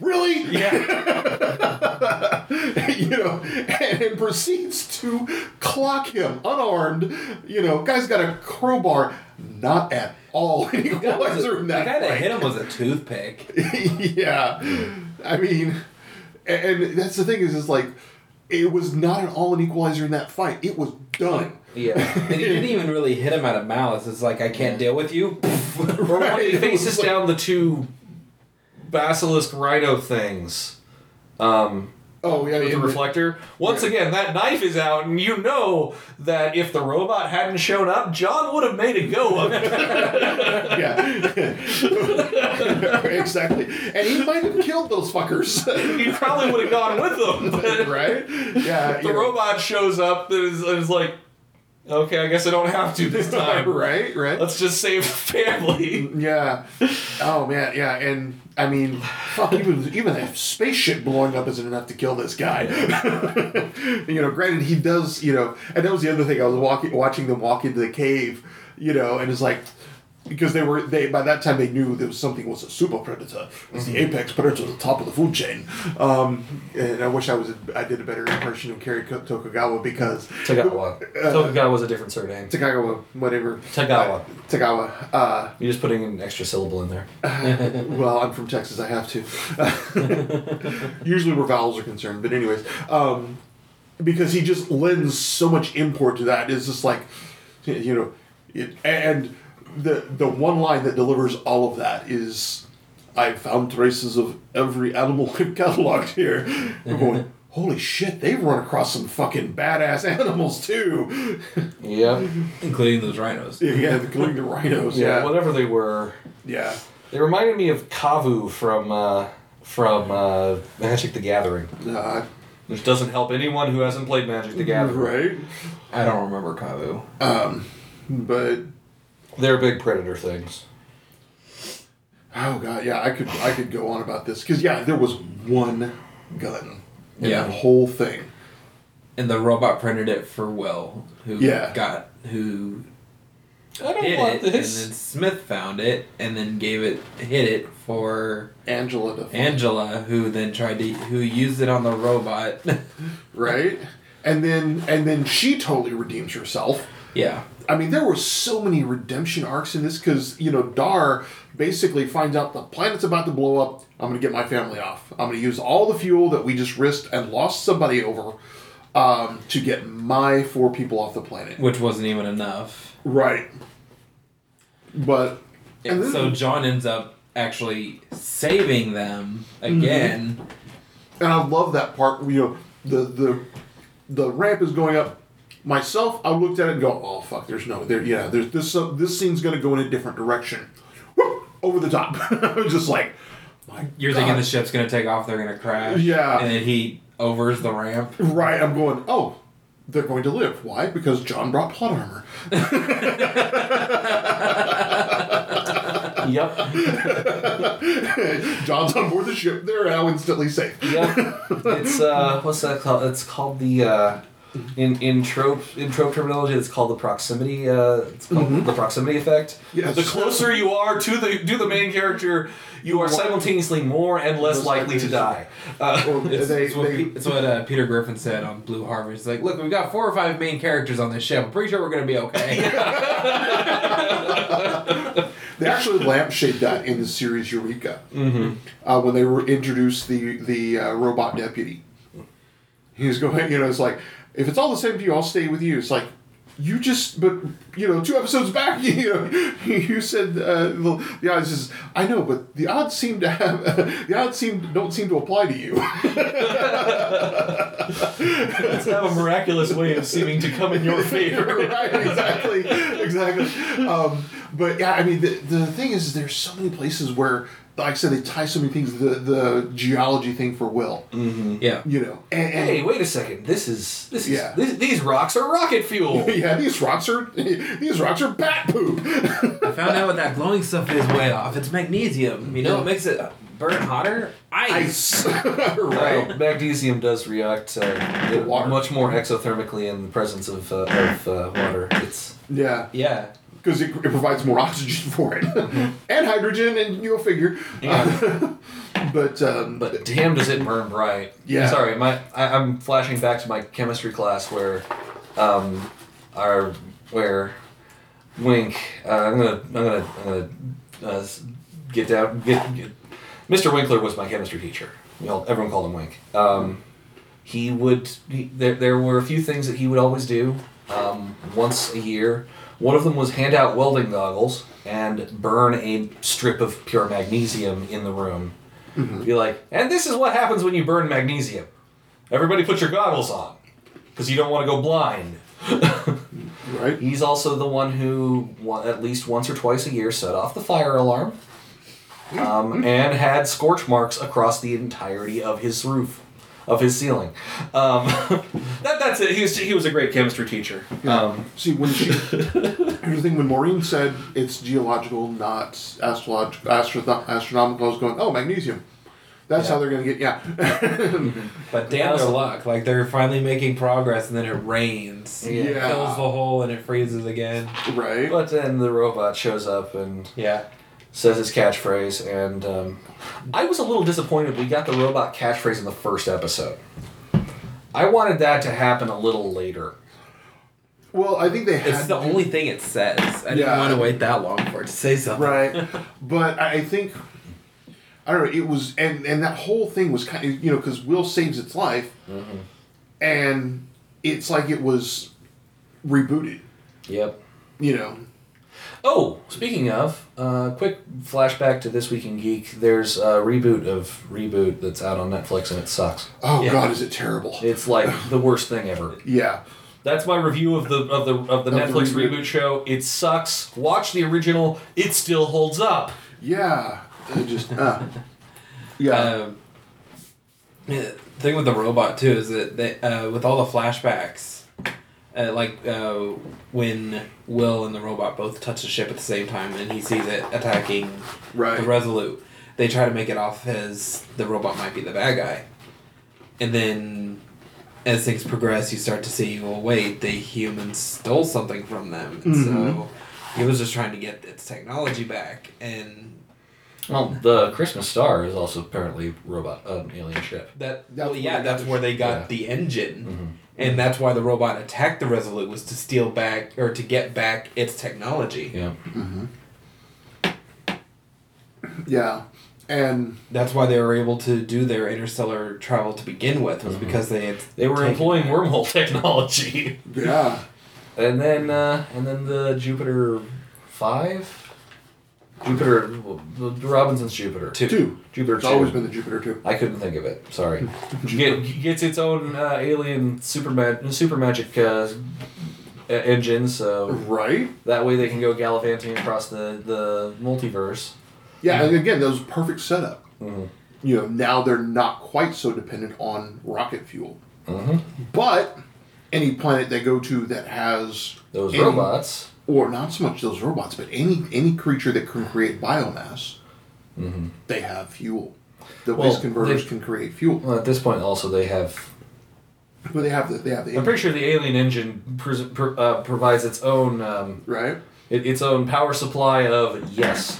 Speaker 2: really,
Speaker 1: Yeah,
Speaker 2: you know, and, and proceeds to clock him unarmed. You know, guy's got a crowbar, not at all any
Speaker 3: That was
Speaker 2: wiser
Speaker 3: a,
Speaker 2: than
Speaker 3: the
Speaker 2: that.
Speaker 3: guy that
Speaker 2: fight.
Speaker 3: hit him was a toothpick.
Speaker 2: yeah, I mean, and, and that's the thing is, is like, it was not at all an equalizer in that fight. It was done.
Speaker 1: yeah.
Speaker 3: And he didn't even really hit him out of malice. It's like I can't deal with you.
Speaker 1: Or when
Speaker 2: Right,
Speaker 1: he
Speaker 2: it was
Speaker 1: faces
Speaker 2: like-
Speaker 1: down the two basilisk rhino things. Um,
Speaker 2: Oh yeah,
Speaker 1: with
Speaker 2: yeah.
Speaker 1: the reflector. Once
Speaker 2: Yeah.
Speaker 1: again, that knife is out, and you know that if the robot hadn't shown up, John would have made a go of it.
Speaker 2: yeah. exactly. And he might have killed those fuckers,
Speaker 1: he probably would have gone with them. But
Speaker 2: right? Yeah.
Speaker 1: the
Speaker 2: you know.
Speaker 1: robot shows up and is, and is like, okay, I guess I don't have to this time.
Speaker 2: right. Right.
Speaker 1: Let's just save the family.
Speaker 2: yeah. Oh man. Yeah. And I mean, fuck. Even even a spaceship blowing up isn't enough to kill this guy. you know. Granted, he does. You know. And that was the other thing. I was walking, watching them walk into the cave. You know, and it's like, because they were they by that time they knew there was something was a super predator. It's the apex predator, the top of the food chain. Um, and I wish I was I did a better impression of Kerry Tokugawa because
Speaker 1: Tagawa. Tokugawa was a different surname.
Speaker 2: Tokugawa, whatever.
Speaker 1: Tagawa.
Speaker 2: Uh, Tagawa. Uh,
Speaker 1: You're just putting an extra syllable in there.
Speaker 2: well, I'm from Texas. I have to. Usually, where vowels are concerned, but anyways, um, because he just lends so much import to that. It's just like, you know, it, and the the one line that delivers all of that is, "I found traces of every animal I've cataloged here." We're going. Holy shit! They've run across some fucking badass animals too.
Speaker 1: Yep.
Speaker 5: including those rhinos.
Speaker 2: yeah, including the rhinos.
Speaker 1: Yeah,
Speaker 2: Yeah,
Speaker 1: whatever they were.
Speaker 2: yeah.
Speaker 1: They reminded me of Kavu from uh, from uh, Magic the Gathering,
Speaker 2: Uh,
Speaker 1: which doesn't help anyone who hasn't played Magic the Gathering.
Speaker 2: right. Um,
Speaker 3: I don't remember Kavu.
Speaker 2: But
Speaker 1: They're big predator things.
Speaker 2: Oh god, yeah, I could I could go on about this because yeah, there was one gun in
Speaker 5: Yeah.
Speaker 2: the whole thing.
Speaker 5: And the robot printed it for Will, who
Speaker 2: Yeah.
Speaker 5: got who
Speaker 1: I don't
Speaker 5: hid
Speaker 1: want
Speaker 5: it, and then
Speaker 1: this.
Speaker 5: Smith found it, and then gave it hid it for
Speaker 2: Angela, to find,
Speaker 5: Angela, who then tried to who used it on the robot.
Speaker 2: right? And then and then she totally redeems herself.
Speaker 5: yeah,
Speaker 2: I mean, there were so many redemption arcs in this because you know Dar basically finds out the planet's about to blow up. I'm gonna get my family off. I'm gonna use all the fuel that we just risked and lost somebody over um, to get my four people off the planet.
Speaker 5: which wasn't even enough.
Speaker 2: Right. But and then-
Speaker 5: so John ends up actually saving them
Speaker 2: Mm-hmm.
Speaker 5: again.
Speaker 2: and I love that part. You know, the the the ramp is going up. Myself, I looked at it and go, "Oh fuck, there's no there. Yeah, there's this uh, this scene's gonna go in a different direction, Whoop, over the top." I was just like, "My
Speaker 5: You're
Speaker 2: God.
Speaker 5: thinking the ship's gonna take off, they're gonna crash.
Speaker 2: Yeah.
Speaker 5: And then he overs the ramp.
Speaker 2: right?" I'm going, "Oh, they're going to live. Why? Because John brought plot armor."
Speaker 1: Yep.
Speaker 2: John's on board the ship. They're now instantly safe.
Speaker 1: Yep. It's uh, what's that called? It's called the uh, in in trope in trope terminology. It's called the proximity. Uh, it's called the proximity effect.
Speaker 2: Yes.
Speaker 1: The closer you are to the to the main character, you are simultaneously more and less
Speaker 2: Most
Speaker 1: likely to die. Uh,
Speaker 2: likely Or
Speaker 5: It's,
Speaker 2: they,
Speaker 5: it's what,
Speaker 2: they,
Speaker 5: Pe- it's what uh, Peter Griffin said on Blue Harvest. Like, look, we've got four or five main characters on this ship. I'm pretty sure we're gonna be okay.
Speaker 2: They actually lampshade that in the series Eureka uh, when they were introduced the the uh, robot deputy. He was going, you know, it's like if it's all the same to you, I'll stay with you. It's like you just, but you know, two episodes back, you know, you said uh, the, the odds is I know, but the odds seem to have the odds seem don't seem to apply to you.
Speaker 1: it's have a miraculous way of seeming to come in your favor.
Speaker 2: right, exactly, exactly. Um, but yeah, I mean, the, the thing is, there's so many places where, like I said, they tie so many things. The the geology thing for Will,
Speaker 5: yeah.
Speaker 2: you know, and, and
Speaker 1: Hey, wait a second. This is this is
Speaker 2: Yeah.
Speaker 1: this, these rocks are rocket fuel.
Speaker 2: yeah, these rocks are these rocks are bat poop.
Speaker 5: I found out what that glowing stuff is way off. It's magnesium. You know, it makes it burn hotter. Ice.
Speaker 2: Ice, right?
Speaker 1: Well, Uh, magnesium does react uh,
Speaker 2: Water.
Speaker 1: much more exothermically in the presence of, uh, of uh, water. It's
Speaker 2: Yeah,
Speaker 5: Yeah.
Speaker 2: because it, it provides more oxygen for it and hydrogen, and you'll figure. but um,
Speaker 1: but damn does it burn bright.
Speaker 2: Yeah.
Speaker 1: Sorry, my I, I'm flashing back to my chemistry class where, um, our where, Wink. Uh, I'm gonna I'm gonna, I'm gonna uh, s- get down. Get, get, Mr. Winkler was my chemistry teacher. We all, everyone called him Wink. Um, he would he, there, there were a few things that he would always do um, once a year one of them was hand out welding goggles and burn a strip of pure magnesium in the room be like and this is what happens when you burn magnesium everybody put your goggles on because you don't want to go blind
Speaker 2: right,
Speaker 1: he's also the one who wa- at least once or twice a year set off the fire alarm um, and had scorch marks across the entirety of his roof of his ceiling um, that, that's it he was, he was a great chemistry teacher um,
Speaker 2: See, when she, here's the thing: when Maureen said it's geological, not astrolog- astro- astronomical, I was going, "Oh, magnesium." That's
Speaker 3: Yeah.
Speaker 2: how they're gonna get. Yeah.
Speaker 3: But damn their luck. Like they're finally making progress and then it rains.
Speaker 1: Yeah.
Speaker 3: It fills the hole and it freezes again.
Speaker 2: right.
Speaker 1: But then the robot shows up and
Speaker 3: Yeah.
Speaker 1: says his catchphrase, and um, I was a little disappointed we got the robot catchphrase in the first episode. I wanted that to happen a little later.
Speaker 2: Well, I think they had.
Speaker 5: It's the
Speaker 2: to-
Speaker 5: only thing it says. I
Speaker 2: Yeah.
Speaker 5: didn't want to wait that long for it to say something.
Speaker 2: right but i I think i don't know it was and and that whole thing was kind of you know because will saves its life and it's like it was rebooted
Speaker 1: Yep.
Speaker 2: you know
Speaker 1: Oh, speaking of, uh, quick flashback to This Week in Geek. There's a reboot of Reboot that's out on Netflix and it sucks.
Speaker 2: oh god is it terrible
Speaker 1: It's like the worst thing ever.
Speaker 2: yeah
Speaker 1: That's my review of the of the of the
Speaker 2: the
Speaker 1: Netflix
Speaker 2: reboot.
Speaker 1: reboot show. It sucks. Watch the original. It still holds up.
Speaker 2: yeah I just uh, yeah
Speaker 1: Uh,
Speaker 3: Um, yeah, thing with the robot too is that they, uh, with all the flashbacks, uh, like uh, when Will and the robot both touch the ship at the same time and he sees it attacking
Speaker 2: right
Speaker 3: the Resolute, they try to make it off as the robot might be the bad guy, and then as things progress, you start to see well wait the humans stole something from them, and so
Speaker 2: Mm-hmm.
Speaker 3: he was just trying to get its technology back and.
Speaker 1: Well, the Christmas Star is also apparently robot an alien ship.
Speaker 3: That
Speaker 2: That's
Speaker 3: well,
Speaker 2: where
Speaker 3: yeah,
Speaker 2: they got
Speaker 3: that's
Speaker 2: the-
Speaker 3: where they got
Speaker 1: yeah. Mm-hmm.
Speaker 3: the engine, and that's why the robot attacked the Resolute was to steal back or to get back its technology.
Speaker 1: Yeah.
Speaker 2: yeah and
Speaker 3: That's why they were able to do their interstellar travel to begin with was because they had
Speaker 1: Mm-hmm. They were
Speaker 3: taken-
Speaker 1: employing wormhole technology.
Speaker 2: yeah
Speaker 1: And then uh, and then the Jupiter five? Jupiter the Robinson's Jupiter.
Speaker 3: Two.
Speaker 2: two
Speaker 1: Jupiter
Speaker 2: it's
Speaker 1: two.
Speaker 2: always been the jupiter two
Speaker 1: I couldn't think of it. Sorry. Get, gets its own uh, alien super mag- super magic uh, e- engine, so
Speaker 2: right
Speaker 1: that way they can go gallivanting across the, the multiverse.
Speaker 2: yeah and again that was perfect setup
Speaker 1: Mhm.
Speaker 2: you know now they're not quite so dependent on rocket fuel
Speaker 1: Mm-hmm.
Speaker 2: But any planet they go to that has
Speaker 1: Those
Speaker 2: any-
Speaker 1: robots.
Speaker 2: or not so much those robots, but any any creature that can create biomass, they have fuel. The
Speaker 1: Mm-hmm. Well,
Speaker 2: waste converters
Speaker 1: they-
Speaker 2: can create fuel,
Speaker 1: Well, at this point, also they have
Speaker 2: but they have the they have the
Speaker 1: I'm pretty sure the alien engine pres pr- uh, provides its own um,
Speaker 2: right.
Speaker 1: it, its own power supply of yes.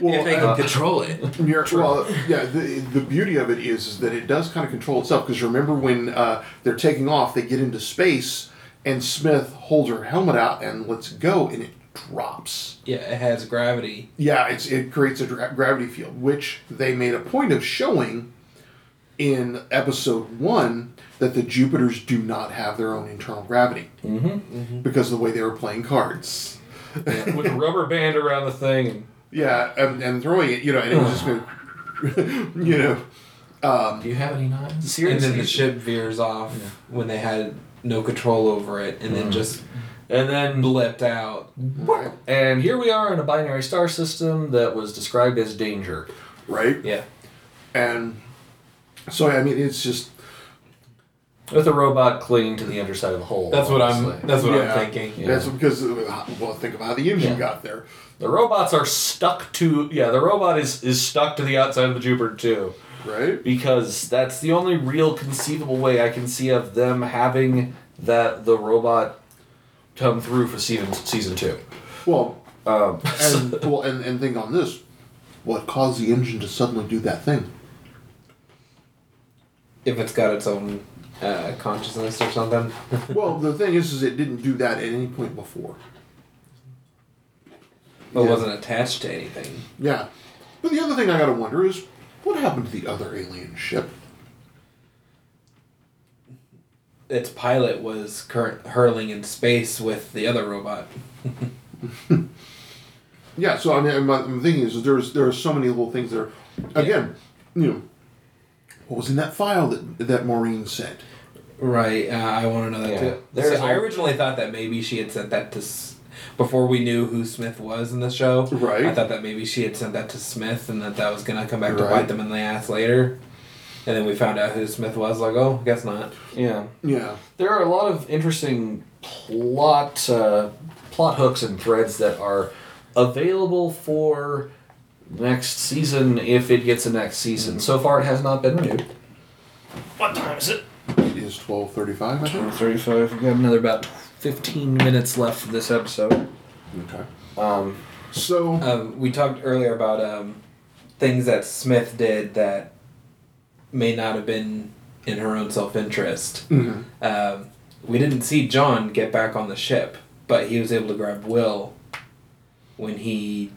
Speaker 2: Well,
Speaker 5: If they
Speaker 2: uh,
Speaker 5: can control it.
Speaker 2: you're- well, yeah. The, the beauty of it is, is that it does kind of control itself. Because remember when uh, they're taking off, they get into space, and Smith holds her helmet out and lets go, and it drops.
Speaker 3: Yeah, it has gravity.
Speaker 2: Yeah, it's it creates a dra- gravity field, which they made a point of showing in episode one that the Jupiters do not have their own internal gravity Mm-hmm. because of the way they were playing cards.
Speaker 1: with a rubber band around the thing.
Speaker 2: Yeah, and, and throwing it, you know, and it was just going, you know,
Speaker 1: do you have any knives?
Speaker 3: And
Speaker 1: Seriously.
Speaker 3: then the ship veers off when they had no control over it, and then just
Speaker 1: And then
Speaker 3: blipped out.
Speaker 2: right,
Speaker 1: and here we are in a binary star system that was described as danger.
Speaker 2: right,
Speaker 3: Yeah,
Speaker 2: and so I mean, it's just
Speaker 1: With a robot clinging to the underside of the hole.
Speaker 3: that's what I'm.
Speaker 1: obviously.
Speaker 3: That's what
Speaker 2: yeah,
Speaker 3: I'm thinking.
Speaker 2: That's because uh, well, think of how the engine got there.
Speaker 1: The robots are stuck to yeah, the robot is is stuck to the outside of the Jupiter too.
Speaker 2: Right?
Speaker 1: because that's the only real conceivable way I can see of them having that the robot come through for season season two.
Speaker 2: Well,
Speaker 1: Um,
Speaker 2: and well, and, and think on this, what caused the engine to suddenly do that thing?
Speaker 3: If it's got its own uh, consciousness or something.
Speaker 2: Well, the thing is, is it didn't do that at any point before.
Speaker 3: but
Speaker 2: Yeah.
Speaker 3: wasn't attached to anything.
Speaker 2: Yeah, but the other thing I gotta wonder is what happened to the other alien ship?
Speaker 3: Its pilot was current hurling in space with the other robot.
Speaker 2: Yeah, so I mean, I'm, I'm thinking is there's there are so many little things there. Again, you know, what was in that file that that Maureen sent?
Speaker 3: Right, uh, I want to know that
Speaker 1: Yeah.
Speaker 3: too.
Speaker 1: There's
Speaker 3: So I
Speaker 1: a-
Speaker 3: originally thought that maybe she had sent that to S- before we knew who Smith was in the show.
Speaker 2: Right.
Speaker 3: I thought that maybe she had sent that to Smith and that that was gonna come back to
Speaker 2: Right.
Speaker 3: bite them in the ass later. And then we found out who Smith was. Like, oh, guess not.
Speaker 1: yeah,
Speaker 2: Yeah,
Speaker 1: there are a lot of interesting plot uh, plot hooks and threads that are available for next season if it gets a next season. So far, it has not been renewed. What time is it?
Speaker 2: It is twelve thirty-five. I think.
Speaker 1: 35. We've got another about 15 minutes left for this episode.
Speaker 2: Okay.
Speaker 1: Um,
Speaker 2: So
Speaker 3: Um, we talked earlier about um, things that Smith did that may not have been in her own self interest.
Speaker 2: mhm.
Speaker 3: Um, we didn't see John get back on the ship, but he was able to grab Will when he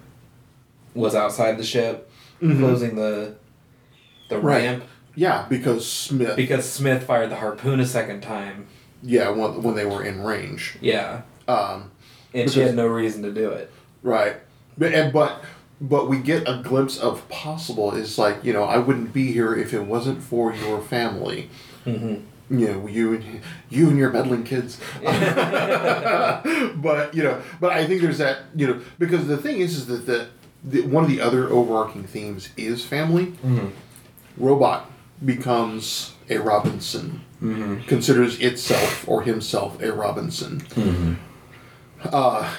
Speaker 3: was outside the ship, closing the the
Speaker 2: Mm-hmm. Right.
Speaker 3: ramp
Speaker 2: yeah, because Smith.
Speaker 3: because Smith fired the harpoon a second time.
Speaker 2: yeah, when, when they were in range.
Speaker 3: Yeah,
Speaker 2: Um,
Speaker 3: and she
Speaker 2: Because-
Speaker 3: had no reason to do it.
Speaker 2: Right. But and, but but we get a glimpse of possible is like you know I wouldn't be here if it wasn't for your family. Mm-hmm. You know you and you and your meddling kids. but you know, but I think there's that you know because the thing is is that the, the one of the other overarching themes is family. Robot becomes a Robinson. Considers itself or himself a Robinson Uh,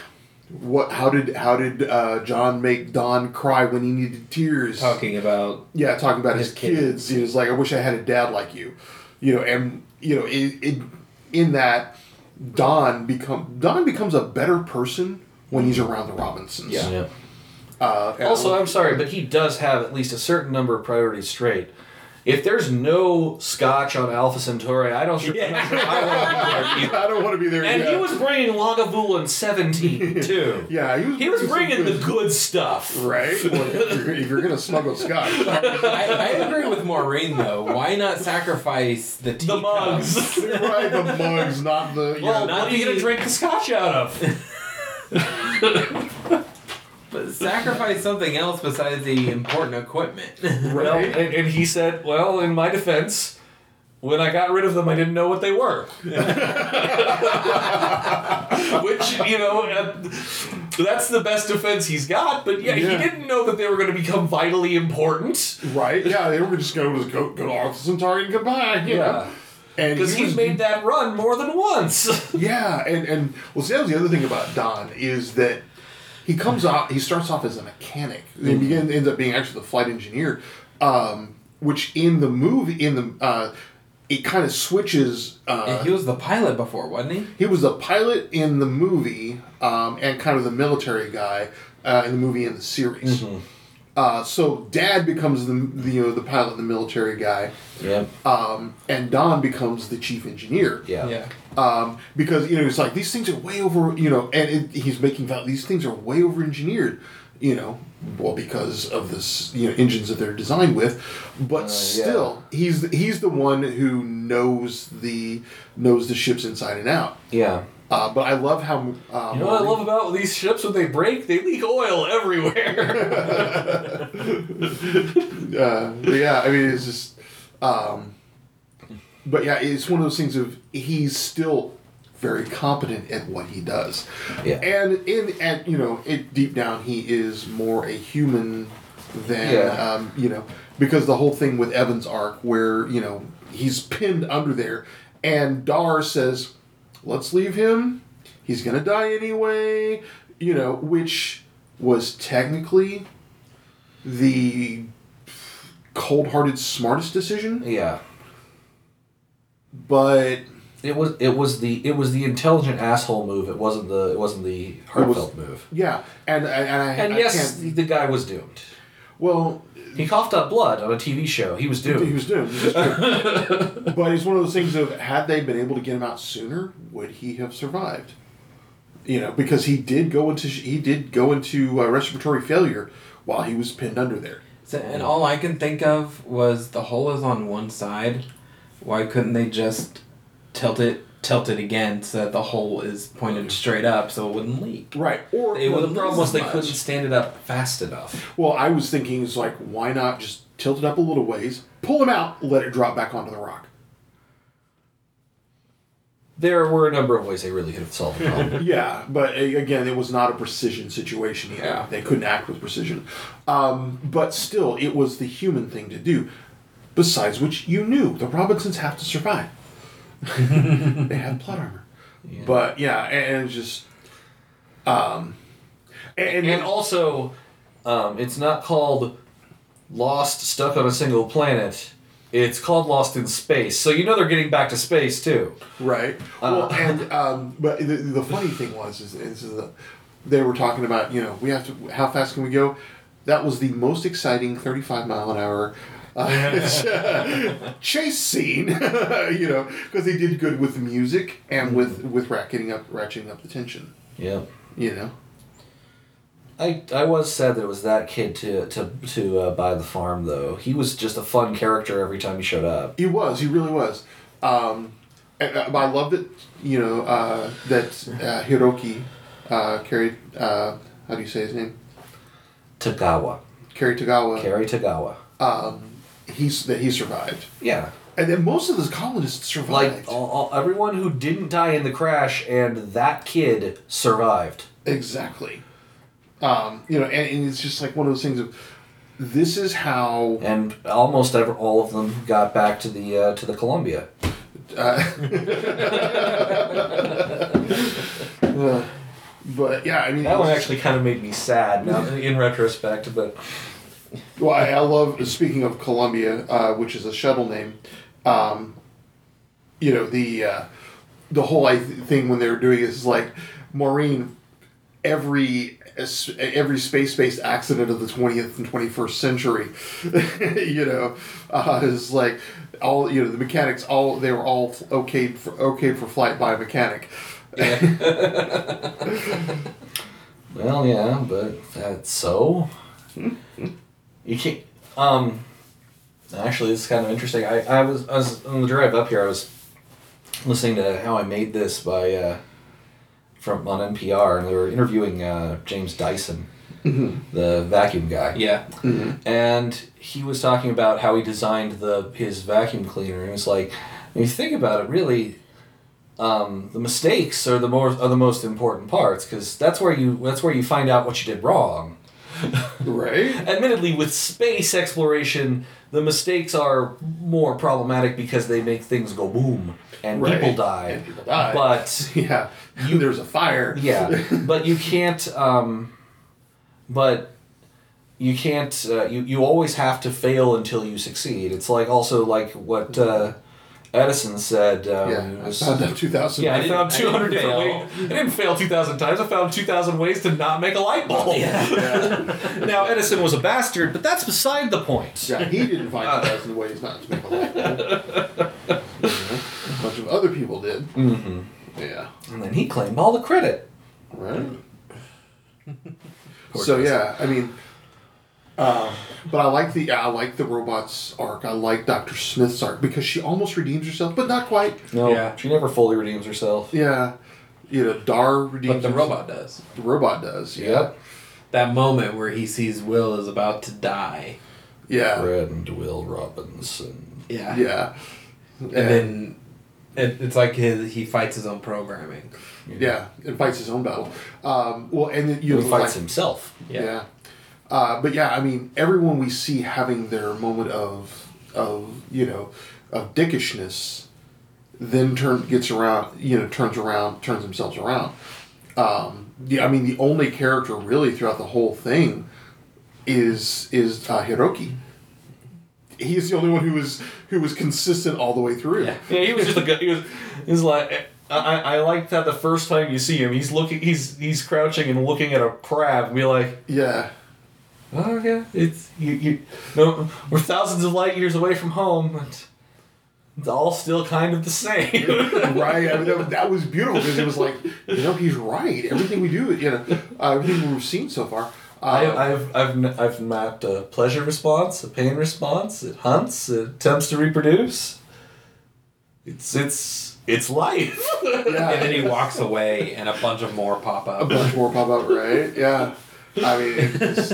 Speaker 2: what how did how did uh, John make Don cry when he needed tears?
Speaker 3: Talking about
Speaker 2: Yeah, talking about his,
Speaker 3: His kid.
Speaker 2: kids. He was like, I wish I had a dad like you. You know, and you know, it, it in that Don become Don becomes a better person when he's around the Robinsons.
Speaker 1: yeah.
Speaker 2: Uh, and-
Speaker 1: Also, I'm sorry, but he does have at least a certain number of priorities straight. If there's no scotch on Alpha Centauri, I don't. I don't
Speaker 2: I don't want to be there.
Speaker 1: and
Speaker 2: yeah.
Speaker 1: he was bringing Lagavulin 17 too.
Speaker 2: Yeah, he was.
Speaker 1: He was bringing
Speaker 2: some
Speaker 1: the good stuff.
Speaker 2: Right. Well, if, you're, if you're gonna smuggle scotch,
Speaker 3: I, I agree with Maureen though. Why not sacrifice the
Speaker 1: The
Speaker 3: teacups?
Speaker 1: mugs.
Speaker 2: right? The mugs, not the. you
Speaker 1: Well,
Speaker 2: know,
Speaker 1: what are you gonna drink the scotch out of?
Speaker 3: But sacrifice something else besides the important equipment.
Speaker 1: Well,
Speaker 2: right?
Speaker 1: and, and he said, "Well, in my defense, when I got rid of them, I didn't know what they were." Which you know, uh, that's the best defense he's got. But yeah,
Speaker 2: Yeah.
Speaker 1: he didn't know that they were going to become vitally important
Speaker 2: Right. Yeah, they were just gonna just go go to Alpha Centauri and goodbye.
Speaker 1: Yeah.
Speaker 2: You Know? And
Speaker 1: because
Speaker 2: was
Speaker 1: he's made that run more than once.
Speaker 2: Yeah, and and well, see, that was the other thing about Don is that he comes off. He starts off as a mechanic. Then he begin, ends up being actually the flight engineer, um, which in the movie in the uh, it kind of switches. Uh,
Speaker 3: And he was the pilot before, wasn't he?
Speaker 2: he was a pilot in the movie um, and kind of the military guy uh, in the movie and the series. Uh, so Dad becomes the, the you know the pilot, and the military guy,
Speaker 1: Yeah,
Speaker 2: um, and Don becomes the chief engineer
Speaker 3: Yeah.
Speaker 2: um, because you know it's like these things are way over you know and it, he's making val- these things are way over engineered you know well because of this you know engines that they're designed with but still he's he's the one who knows the knows the ships inside and out
Speaker 1: yeah.
Speaker 2: uh, but I love how uh,
Speaker 1: You know what I love about these ships when they break? They leak oil everywhere.
Speaker 2: uh, yeah, I mean, it's just, um, but yeah, it's one of those things of he's still very competent at what he does,
Speaker 1: Yeah.
Speaker 2: and in and you know, it deep down he is more a human than
Speaker 1: Yeah.
Speaker 2: um, you know, because the whole thing with Evan's arc where you know he's pinned under there, and Dar says, "Let's leave him. He's gonna die anyway," you know, which was technically the cold-hearted smartest decision
Speaker 1: yeah.
Speaker 2: but
Speaker 1: It was it was the it was the intelligent asshole move. It wasn't the it wasn't the heartfelt move.
Speaker 2: yeah and and, and, I,
Speaker 1: And
Speaker 2: I
Speaker 1: yes,
Speaker 2: can't,
Speaker 1: the, the guy was doomed.
Speaker 2: well
Speaker 1: He coughed up blood on a TV show. He was
Speaker 2: he
Speaker 1: doomed.
Speaker 2: was doomed This is true. but it's one of those things of had they been able to get him out sooner would he have survived you know because he did go into he did go into uh, respiratory failure while he was pinned under there
Speaker 3: So, and all I can think of was the hull is on one side. Why couldn't they just tilt it, tilt it again, so that the hull is
Speaker 5: Mm-hmm.
Speaker 3: pointed straight up, so it wouldn't leak?
Speaker 2: right or
Speaker 3: They
Speaker 1: Well, the
Speaker 3: wouldn't
Speaker 1: problem
Speaker 3: lose
Speaker 1: was they
Speaker 3: much.
Speaker 1: couldn't stand it up fast enough.
Speaker 2: well i was thinking it's like why not just tilt it up a little ways pull him out let it drop back onto the rock
Speaker 1: There were a number of ways they really could have solved the problem.
Speaker 2: Yeah, but a- again, it was not a precision situation either.
Speaker 3: Yeah.
Speaker 2: They couldn't act with precision. Um, but still, it was the human thing to do. Besides which, you knew the Robinsons have to survive. they have plot armor. But yeah, and, and it's just. Um, and,
Speaker 1: and also, Um, it's not called Lost Stuck on a Single Planet. It's called Lost in Space. So you know they're getting back to space too.
Speaker 2: Right. well, and um, but the, the funny thing was is, is the, they were talking about you know we have to how fast can we go? That was the most exciting thirty five mile an hour. Uh, chase scene, you know, because they did good with the music and with with racking up, ratcheting up the tension,
Speaker 1: Yeah.
Speaker 2: you know.
Speaker 1: I, I was sad that it was that kid to to to uh, buy the farm though. He was just a fun character every time he showed up.
Speaker 2: He was. He really was. Um, and, uh, but I love that you know uh, that uh, Hiroki uh, carried. Uh, how do you say his name?
Speaker 1: Tagawa,
Speaker 2: Kerry Tagawa.
Speaker 1: Kerry Tagawa.
Speaker 2: He's that he survived,
Speaker 1: Yeah,
Speaker 2: and then most of those colonists survived.
Speaker 1: like all, all, everyone who didn't die in the crash and that kid survived.
Speaker 2: exactly. Um, you know, and, and it's just like one of those things of this is how
Speaker 1: and almost ever all of them got back to the uh, to the Columbia.
Speaker 2: uh, but yeah, I mean
Speaker 1: That one actually kind of made me sad now in retrospect, but
Speaker 2: Well, I, I love speaking of Columbia, uh, which is a shuttle name. Um, you know the uh, the whole I thing when they were doing this is like Maureen. Every every space based accident of the twentieth and twenty first century, you know, uh, is like all you know the mechanics all they were all okayed for okayed for flight by a mechanic.
Speaker 1: well, yeah, but that's so. you can't. Um, actually, this is kind of interesting. I, I was I was on the drive up here. I was listening to how I made this by uh, from on NPR, and they were interviewing uh, James Dyson, the vacuum guy.
Speaker 5: Yeah.
Speaker 2: Mm-hmm.
Speaker 1: and he was talking about how he designed the his vacuum cleaner. And was like, when you think about it, really, um, the mistakes are the more are the most important parts because that's where you that's where you find out what you did wrong.
Speaker 2: Right.
Speaker 1: Admittedly, with space exploration, the mistakes are more problematic because they make things go boom and
Speaker 2: Right.
Speaker 1: people die.
Speaker 2: And people die.
Speaker 1: But
Speaker 2: Yeah. There's a fire.
Speaker 1: yeah, but you can't. Um, but you can't. Uh, you you always have to fail until you succeed. It's like also like what uh, Edison said. Um,
Speaker 2: Yeah. I
Speaker 1: was-
Speaker 2: found that two thousand.
Speaker 1: yeah, I,
Speaker 5: didn't-
Speaker 1: found
Speaker 5: I
Speaker 1: two hundred
Speaker 5: didn't
Speaker 1: different
Speaker 5: fail.
Speaker 1: ways. I didn't fail two thousand times. I found two thousand ways to not make a light bulb. now Edison was a bastard, but that's beside the point.
Speaker 2: Yeah, he didn't find a thousand ways not to make a light bulb. A bunch of other people did. Mm-hmm. Yeah.
Speaker 1: And then he claimed all the credit.
Speaker 2: Right. so yeah, I mean, uh, but I like the I like the robot's arc. I like Doctor Smith's arc because she almost redeems herself, but not quite.
Speaker 1: No,
Speaker 5: Yeah.
Speaker 1: she never fully redeems herself.
Speaker 2: Yeah. You know, Dar redeems.
Speaker 5: But the
Speaker 2: herself.
Speaker 5: robot does.
Speaker 2: The robot does. Yeah.
Speaker 1: Yep.
Speaker 5: That moment where he sees Will is about to die.
Speaker 2: Yeah.
Speaker 1: Fred and Will Robinson.
Speaker 5: Yeah.
Speaker 2: Yeah.
Speaker 5: And then it, it's like his, he fights his own programming.
Speaker 2: yeah, and fights his own battle. Um, well, and then, you
Speaker 1: He
Speaker 2: know,
Speaker 1: fights
Speaker 2: like-
Speaker 1: himself.
Speaker 2: Yeah.
Speaker 5: Yeah.
Speaker 2: Uh, but yeah, I mean, everyone we see having their moment of of you know of dickishness, then turn gets around, you know, turns around, turns themselves around. Um, yeah, I mean, the only character really throughout the whole thing is is uh, Hiroki. He's the only one who was who was consistent all the way through.
Speaker 1: Yeah, he was just a good. He was, he was like. I, I I like that the first time you see him, he's looking, he's he's crouching and looking at a crab. And be like,
Speaker 2: Yeah.
Speaker 1: oh yeah, it's you, you. No, we're thousands of light years away from home, but it's all still kind of the same.
Speaker 2: right? I mean, that, was- that was beautiful because it was like, you know, he's right. Everything we do, you know, uh, everything we've seen so far. Uh,
Speaker 1: I, I've I've n- I've mapped a pleasure response, a pain response. It hunts. It attempts to reproduce. It's it's it's life.
Speaker 2: yeah.
Speaker 5: And then he walks away and a bunch of more pop
Speaker 2: a
Speaker 5: up.
Speaker 2: bunch more pop up, right? Yeah. I mean, it was,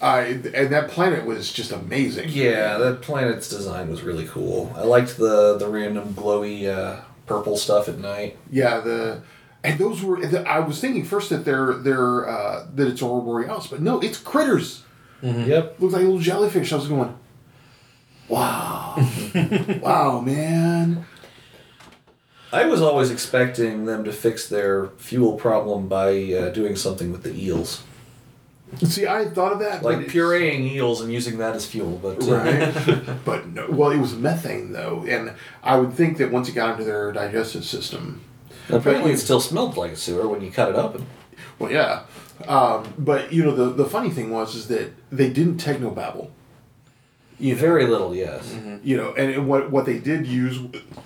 Speaker 2: I and that planet was just amazing.
Speaker 1: Yeah, that planet's design was really cool. I liked the the random glowy uh, purple stuff at night.
Speaker 2: Yeah, the and those were. The, I was thinking first that they're they're uh, that it's Aurora Borealis, but no, it's critters.
Speaker 1: Yep.
Speaker 2: Looks like little jellyfish. I was going, wow, wow, man.
Speaker 1: I was always expecting them to fix their fuel problem by uh, doing something with the eels.
Speaker 2: See, I thought of that.
Speaker 1: Like
Speaker 2: but it's-
Speaker 1: pureeing eels and using that as fuel, but uh,
Speaker 2: Right. but no, well, it was methane though, and I would think that once it got into their digestive system,
Speaker 1: apparently it still smelled like a sewer when you cut it open.
Speaker 2: well, yeah. Um, but you know, the the funny thing was is that they didn't technobabble. You know,
Speaker 1: Very little, yes.
Speaker 2: you know, and it- what what they did use,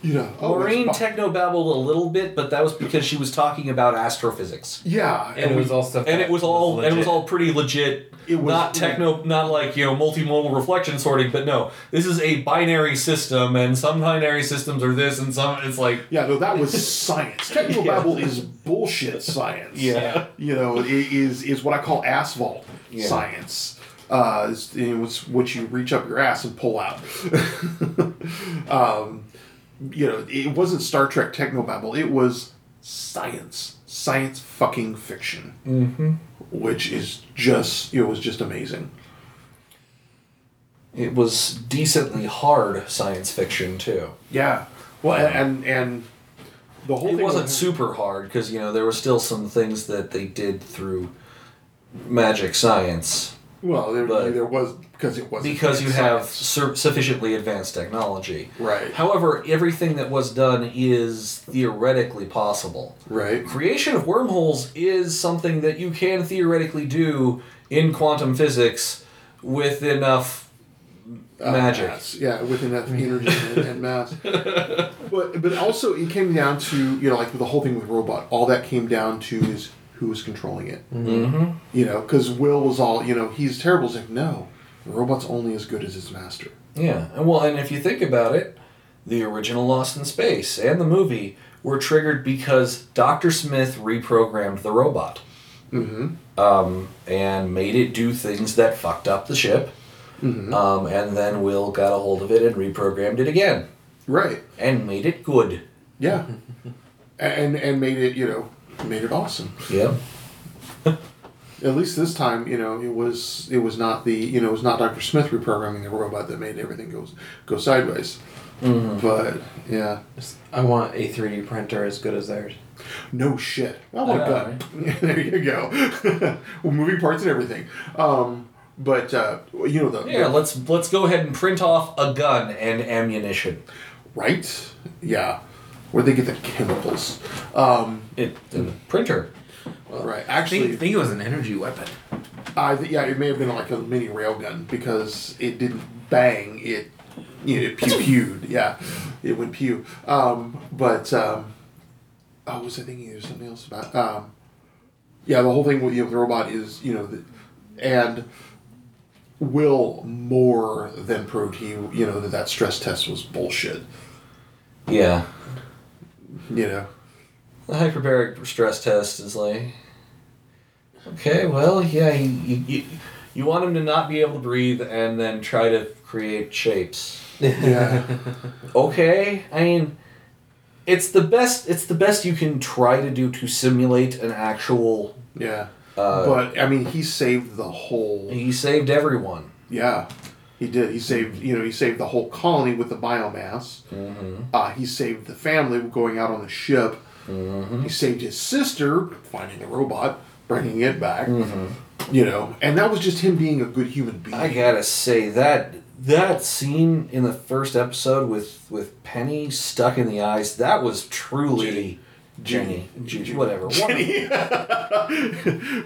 Speaker 2: you know, oh, it's
Speaker 1: Maureen
Speaker 2: bi-
Speaker 1: technobabbled a little bit, but that was because she was talking about astrophysics.
Speaker 2: Yeah,
Speaker 3: And it was all stuff.
Speaker 1: And
Speaker 3: that
Speaker 1: it was all and it was
Speaker 3: legit.
Speaker 1: all pretty legit.
Speaker 2: It was-
Speaker 1: not techno, not like you know multimodal reflection sorting, but no, this is a binary system, and some binary systems are this, and some it's like
Speaker 2: Yeah, no, that was science. Technobabble is bullshit science.
Speaker 1: Yeah.
Speaker 2: you know, it is is what I call asphalt science. Uh, it's, it was what you reach up your ass and pull out. um, you know, it wasn't Star Trek technobabble. It was science, science fucking fiction, mm-hmm. which is just it was just amazing.
Speaker 1: it was decently hard science fiction too.
Speaker 2: Yeah. Well, and and, and the whole
Speaker 1: It
Speaker 2: thing
Speaker 1: wasn't
Speaker 2: was-
Speaker 1: super hard because you know there were still some things that they did through magic science
Speaker 2: well. There,
Speaker 1: but-
Speaker 2: there was because it wasn't
Speaker 1: because you have
Speaker 2: science.
Speaker 1: sur- sufficiently advanced technology.
Speaker 2: Right.
Speaker 1: However, everything that was done is theoretically possible.
Speaker 2: right.
Speaker 1: Creation of wormholes is something that you can theoretically do in quantum physics with enough
Speaker 2: uh,
Speaker 1: magic.
Speaker 2: mass. Yeah, within that energy and, and mass. But but also it came down to you know like the whole thing with robot. All that came down to is who was controlling it. Mm-hmm. You know, because Will was all you know he's terrible. He's like no, the robot's only as good as his master.
Speaker 1: Yeah, and well, and if you think about it, the original Lost in Space and the movie were triggered because Dr. Smith reprogrammed the robot. Um, and made it do things that fucked up the ship. Um, and then Will got a hold of it and reprogrammed it again
Speaker 2: Right.
Speaker 1: and made it good.
Speaker 2: Yeah. and and made it you know made it awesome.
Speaker 1: Yeah.
Speaker 2: At least this time, you know, it was it was not the you know it was not Doctor Smith reprogramming the robot that made everything goes go sideways. But yeah,
Speaker 3: I want a 3D printer as good as theirs.
Speaker 2: No shit. I want a
Speaker 1: Yeah,
Speaker 2: gun. there you go. well, moving parts and everything. Um, but uh, you know the
Speaker 1: Yeah, let's let's go ahead and print off a gun and ammunition.
Speaker 2: right. Yeah, where they get the chemicals. Um,
Speaker 1: It the printer.
Speaker 2: right.
Speaker 4: I think,
Speaker 2: Actually,
Speaker 4: think it was an energy weapon.
Speaker 2: I th- yeah, it may have been like a mini railgun because it didn't bang. It you know, it pew pewed. Yeah, it went pew. Um, but um, oh, what was I thinking? There's something else about. Um, yeah, the whole thing with you know, the robot is you know, the, and will more than proved he you know that that stress test was bullshit.
Speaker 1: Yeah.
Speaker 2: You know.
Speaker 1: The hyperbaric stress test is like, okay, well, yeah, you, you, you, you want him to not be able to breathe and then try to create shapes.
Speaker 2: Yeah.
Speaker 1: Okay, I mean, it's the best. It's the best you can try to do to simulate an actual.
Speaker 2: yeah.
Speaker 1: Uh,
Speaker 2: but I mean, he saved the whole.
Speaker 1: He saved everyone.
Speaker 2: Yeah, he did. He saved you know he saved the whole colony with the biomass.
Speaker 1: Mm-hmm.
Speaker 2: Uh, he saved the family going out on the ship.
Speaker 1: Mm-hmm.
Speaker 2: He saved his sister finding the robot, bringing it back. You know, and that was just him being a good human being.
Speaker 1: Mm-hmm. I gotta say that that scene in the first episode with with Penny stuck in the ice that was truly Jenny,
Speaker 2: Jenny.
Speaker 1: Jenny, whatever. Jenny.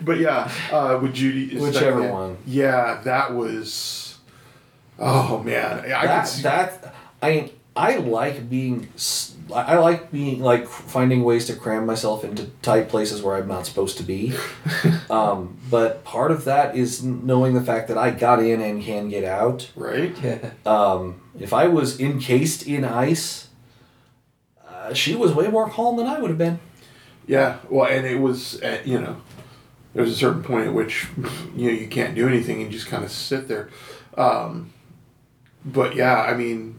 Speaker 2: but yeah, uh, with Judy,
Speaker 1: Whichever one.
Speaker 2: Yeah, that was. Oh man, I I could
Speaker 1: that,
Speaker 2: see.
Speaker 1: that I I like being s- I I like being like finding ways to cram myself into tight places where I'm not supposed to be. um, but part of that is knowing the fact that I got in and can get out.
Speaker 2: Right?
Speaker 1: Um, if I was encased in ice, uh, she was way more calm than I would have been.
Speaker 2: Yeah. Well, and it was at, you know, there's a certain point at which you know you can't do anything and you just kind of sit there. Um, but yeah, I mean,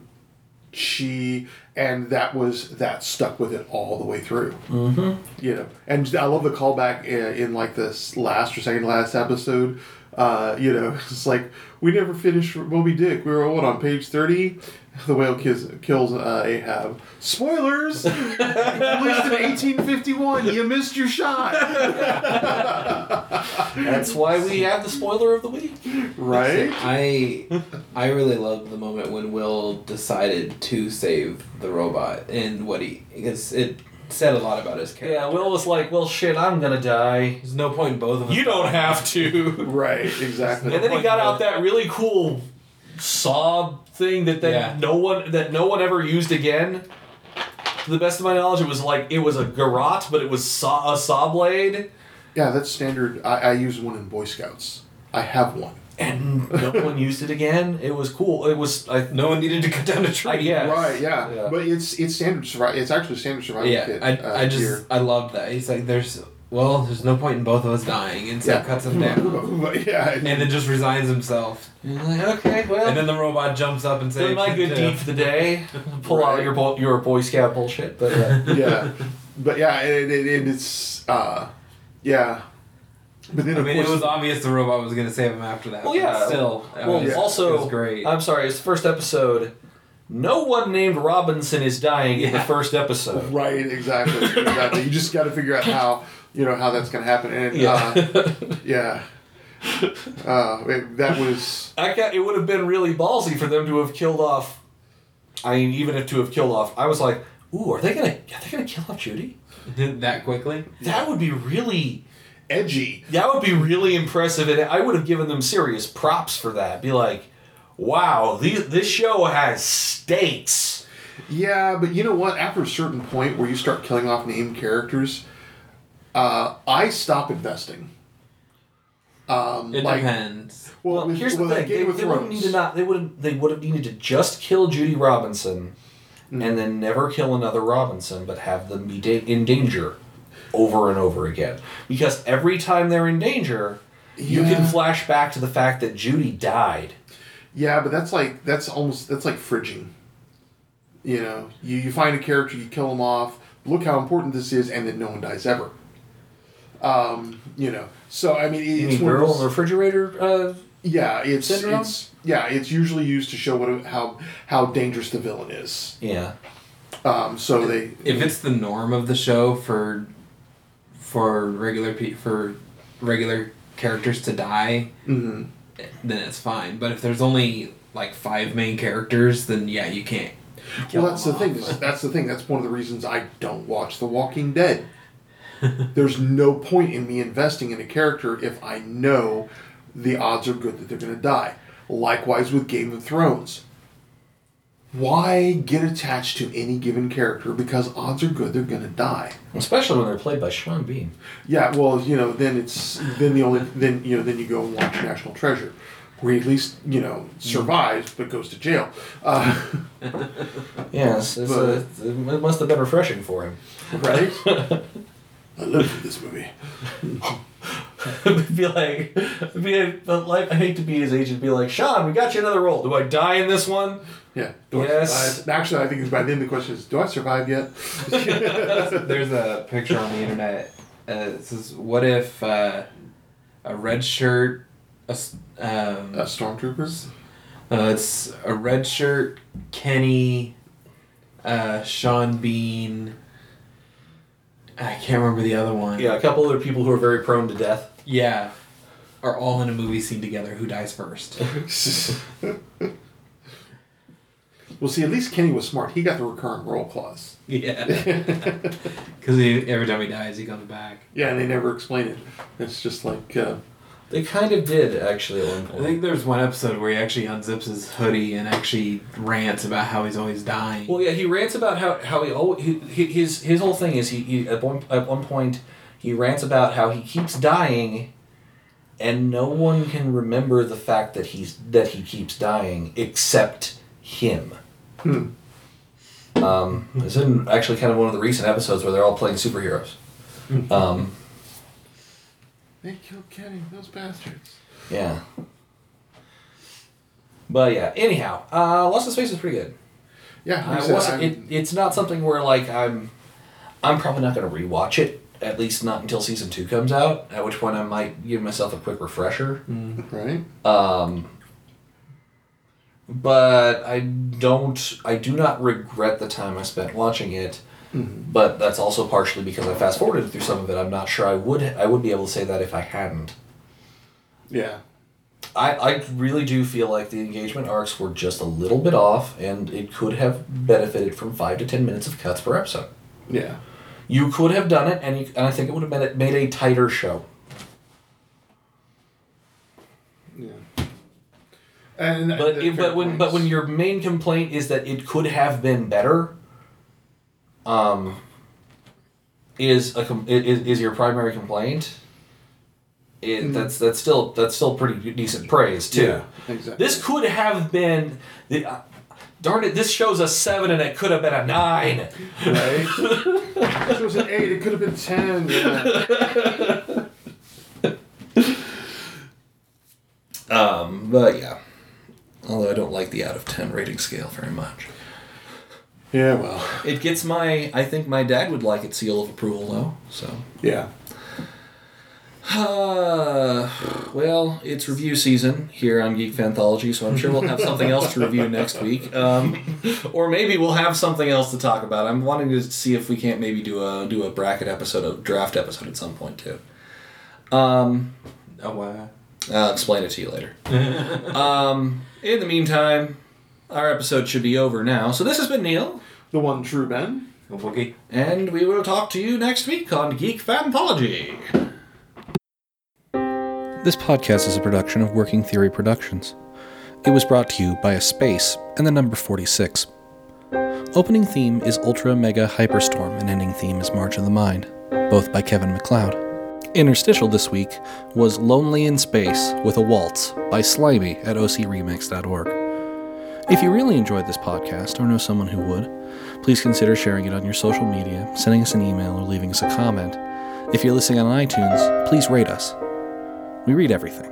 Speaker 2: she and that was that stuck with it all the way through. Mm-hmm. You know, and I love the callback in, in like this last or second last episode Uh, you know, it's like we never finished Moby Dick. We were what on page thirty. The whale kills, kills uh, Ahab. Spoilers! Released in eighteen fifty one. You missed your shot,
Speaker 1: That's why we have the spoiler of the week.
Speaker 2: right?
Speaker 3: I I really loved the moment when Will decided to save the robot and what he because it said a lot about his character.
Speaker 1: Yeah, Will was like, well, shit, I'm gonna die.
Speaker 3: There's no point in both of them.
Speaker 1: You don't have to.
Speaker 2: Right. Exactly.
Speaker 1: And then he got out that really cool saw thing that, that
Speaker 3: Yeah.
Speaker 1: no one that no one ever used again. To the best of my knowledge, it was like it was a garrote, but it was saw, a saw blade,
Speaker 2: Yeah, that's standard. I, I use one in Boy Scouts. I have one.
Speaker 1: and no one used it again. It was cool. It was I,
Speaker 3: No one needed to cut down a tree.
Speaker 1: I guess
Speaker 2: Right. Yeah.
Speaker 1: Yeah.
Speaker 2: But it's it's standard survival. It's actually standard survival
Speaker 3: Yeah,
Speaker 2: kit.
Speaker 3: I,
Speaker 2: uh,
Speaker 3: I just
Speaker 2: gear.
Speaker 3: I loved that. He's like, there's well, there's no point in both of us dying, and so
Speaker 2: Yeah.
Speaker 3: cuts him down,
Speaker 2: But yeah.
Speaker 3: and then just resigns himself.
Speaker 1: And you're like, okay, well,
Speaker 3: And then the robot jumps up and says,
Speaker 1: then my good deed for the day. Pull out
Speaker 2: Right.
Speaker 1: your bo- your Boy Scout bullshit, but uh,
Speaker 2: yeah, but yeah, and, and, and it's uh, yeah, but then
Speaker 3: I
Speaker 2: of
Speaker 3: mean, it
Speaker 2: course
Speaker 3: was obvious the robot was gonna save him after that.
Speaker 1: Well,
Speaker 3: but
Speaker 1: yeah.
Speaker 3: Still, it
Speaker 1: Well,
Speaker 3: was- it
Speaker 1: also, uh,
Speaker 3: was great.
Speaker 1: I'm sorry, it's the first episode. No one named Robinson is dying in the
Speaker 3: Yeah.
Speaker 1: first episode.
Speaker 2: right exactly, exactly. You just got to figure out how you know how that's gonna happen, and
Speaker 1: Yeah.
Speaker 2: uh, yeah, uh, it- that was
Speaker 1: I ca- it would have been really ballsy for them to have killed off. I mean, even if to have killed off, I was like, "Ooh, are they gonna? Are they gonna kill off Judy?
Speaker 3: that quickly.
Speaker 1: That would be really.
Speaker 2: edgy.
Speaker 1: That would be really impressive, and I would have given them serious props for that. Be like, "Wow, these, this show has stakes."
Speaker 2: Yeah, but you know what? After a certain point where you start killing off named characters, uh, I stop investing. Um,
Speaker 3: It
Speaker 2: like,
Speaker 3: depends.
Speaker 2: Well,
Speaker 1: Well,
Speaker 2: with-
Speaker 1: here's the
Speaker 2: with, like,
Speaker 1: thing: they,
Speaker 2: Game of
Speaker 1: they wouldn't
Speaker 2: Thrones.
Speaker 1: need to not. They wouldn't. They would have needed to just kill Judy Robinson,
Speaker 2: Hmm.
Speaker 1: and then never kill another Robinson, but have them be da- in danger over and over again. Because every time they're in danger, you can
Speaker 2: Yeah.
Speaker 1: flash back to the fact that Judy died.
Speaker 2: Yeah, but that's like that's almost that's like fridging. You know, you, you find a character, you kill him off. Look how important this is, and then no one dies ever. Um, you know, so I mean, it-
Speaker 1: You
Speaker 2: it's
Speaker 1: mean
Speaker 2: one of
Speaker 1: girl in
Speaker 2: those-
Speaker 1: the refrigerator? Uh,
Speaker 2: yeah, it's
Speaker 1: syndrome?
Speaker 2: it's yeah, it's usually used to show what a- how how dangerous the villain is.
Speaker 1: yeah.
Speaker 2: Um, so they
Speaker 3: if it's the norm of the show for for regular pe- for regular characters to die,
Speaker 2: Mhm.
Speaker 3: then it's fine. But if there's only like five main characters, then yeah, you can't.
Speaker 2: well, that's the thing. is- That's the thing. That's one of the reasons I don't watch The Walking Dead. There's no point in me investing in a character if I know the odds are good that they're going to die. Likewise with Game of Thrones. Why get attached to any given character because odds are good they're going to die?
Speaker 1: Especially when they're played by Sean Bean.
Speaker 2: Yeah, well, you know, then it's then the only then you know then you go and watch National Treasure, where he at least you know survives but goes to jail. Uh,
Speaker 1: Yes, it's a, it must have been refreshing for him.
Speaker 2: right? I love this movie.
Speaker 1: be like, be but like, I hate to be his agent. Be like, Sean, we got you another role. Do I die in this one?
Speaker 2: Yeah. Do I
Speaker 1: Yes.
Speaker 2: survive? Actually, I think it's by then the question is, do I survive yet? Uh,
Speaker 3: There's a picture on the internet. Uh, it says, "What if uh, a red shirt, a s um,
Speaker 2: Uh, stormtroopers.
Speaker 3: uh, it's a red shirt, Kenny, uh, Sean Bean." I can't remember the other one.
Speaker 1: Yeah, a couple other people who are very prone to death.
Speaker 3: Yeah. Are all in a movie scene together. Who dies first?
Speaker 2: well, see, at least Kenny was smart. He got the recurring role clause.
Speaker 3: yeah. Because every time he dies, he comes back.
Speaker 2: Yeah, and they never explain it. It's just like, uh,
Speaker 1: They kind of did actually at one
Speaker 3: I
Speaker 1: point.
Speaker 3: think there's one episode where he actually unzips his hoodie and actually rants about how he's always dying.
Speaker 1: well, yeah, he rants about how how he always he, his his whole thing is he, he at one at one point he rants about how he keeps dying, and no one can remember the fact that he's that he keeps dying except him.
Speaker 2: Hmm.
Speaker 1: Um, it's in actually kind of one of the recent episodes where they're all playing superheroes.
Speaker 3: Hmm.
Speaker 1: Um,
Speaker 2: they killed Kenny. Those bastards.
Speaker 1: Yeah. But yeah. Anyhow, uh, Lost in Space is pretty good.
Speaker 2: Yeah,
Speaker 1: I
Speaker 2: like I said,
Speaker 1: wasn't. It,
Speaker 2: I'm-
Speaker 1: it's not something where like I'm. I'm probably not gonna rewatch it at least not until season two comes out. At which point I might give myself a quick refresher.
Speaker 2: right?
Speaker 1: Um, but I don't. I do not regret the time I spent watching it. But that's also partially because I fast forwarded through some of it. I'm not sure I would. I would be able to say that if I hadn't.
Speaker 2: Yeah.
Speaker 1: I, I really do feel like the engagement arcs were just a little bit off, and it could have benefited from five to ten minutes of cuts per episode.
Speaker 2: Yeah.
Speaker 1: You could have done it, and, you, and I think it would have made, it, made a tighter show.
Speaker 2: Yeah. And uh,
Speaker 1: But it, but when but when your main complaint is that it could have been better, um, is a com- i- is, is your primary complaint. It, That's that's still that's still pretty decent praise too.
Speaker 2: Yeah, exactly.
Speaker 1: This could have been the. Uh, Darn it! This show's a seven, and it could have been a nine.
Speaker 2: right? If it was an eight. It could have been ten. Yeah.
Speaker 1: Um, but yeah. Although I don't like the out of ten rating scale very much.
Speaker 2: yeah. Well.
Speaker 1: It gets my I think my dad would like it seal of approval though. So
Speaker 2: Yeah.
Speaker 1: uh, well, it's review season here on Geek Fanthology, so I'm sure we'll have something else to review next week, um, or maybe we'll have something else to talk about. I'm wanting to see if we can't maybe do a do a bracket episode, a draft episode at some point too. Um,
Speaker 5: Oh wow.
Speaker 1: I'll explain it to you later. um, in the meantime, our episode should be over now. So this has been Neil.
Speaker 2: The one true Ben.
Speaker 5: Okay.
Speaker 1: And we will talk to you next week on Geek Fanthology. This podcast is a production of Working Theory Productions. It was brought to you by a space and the number 46. Opening theme is Ultra Mega Hyperstorm, and ending theme is March of the Mind, both by Kevin McLeod. Interstitial this week was Lonely in Space with a Waltz by Slimy at ocremix.org. If you really enjoyed this podcast or know someone who would, please consider sharing it on your social media, sending us an email, or leaving us a comment. If you're listening on iTunes, please rate us. We read everything.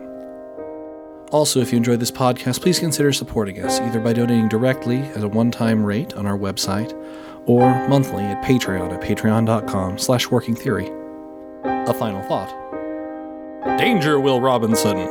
Speaker 1: Also, if you enjoyed this podcast, please consider supporting us either by donating directly at a one-time rate on our website or monthly at Patreon at patreon.com slash working theory. A final thought. Danger, Will Robinson!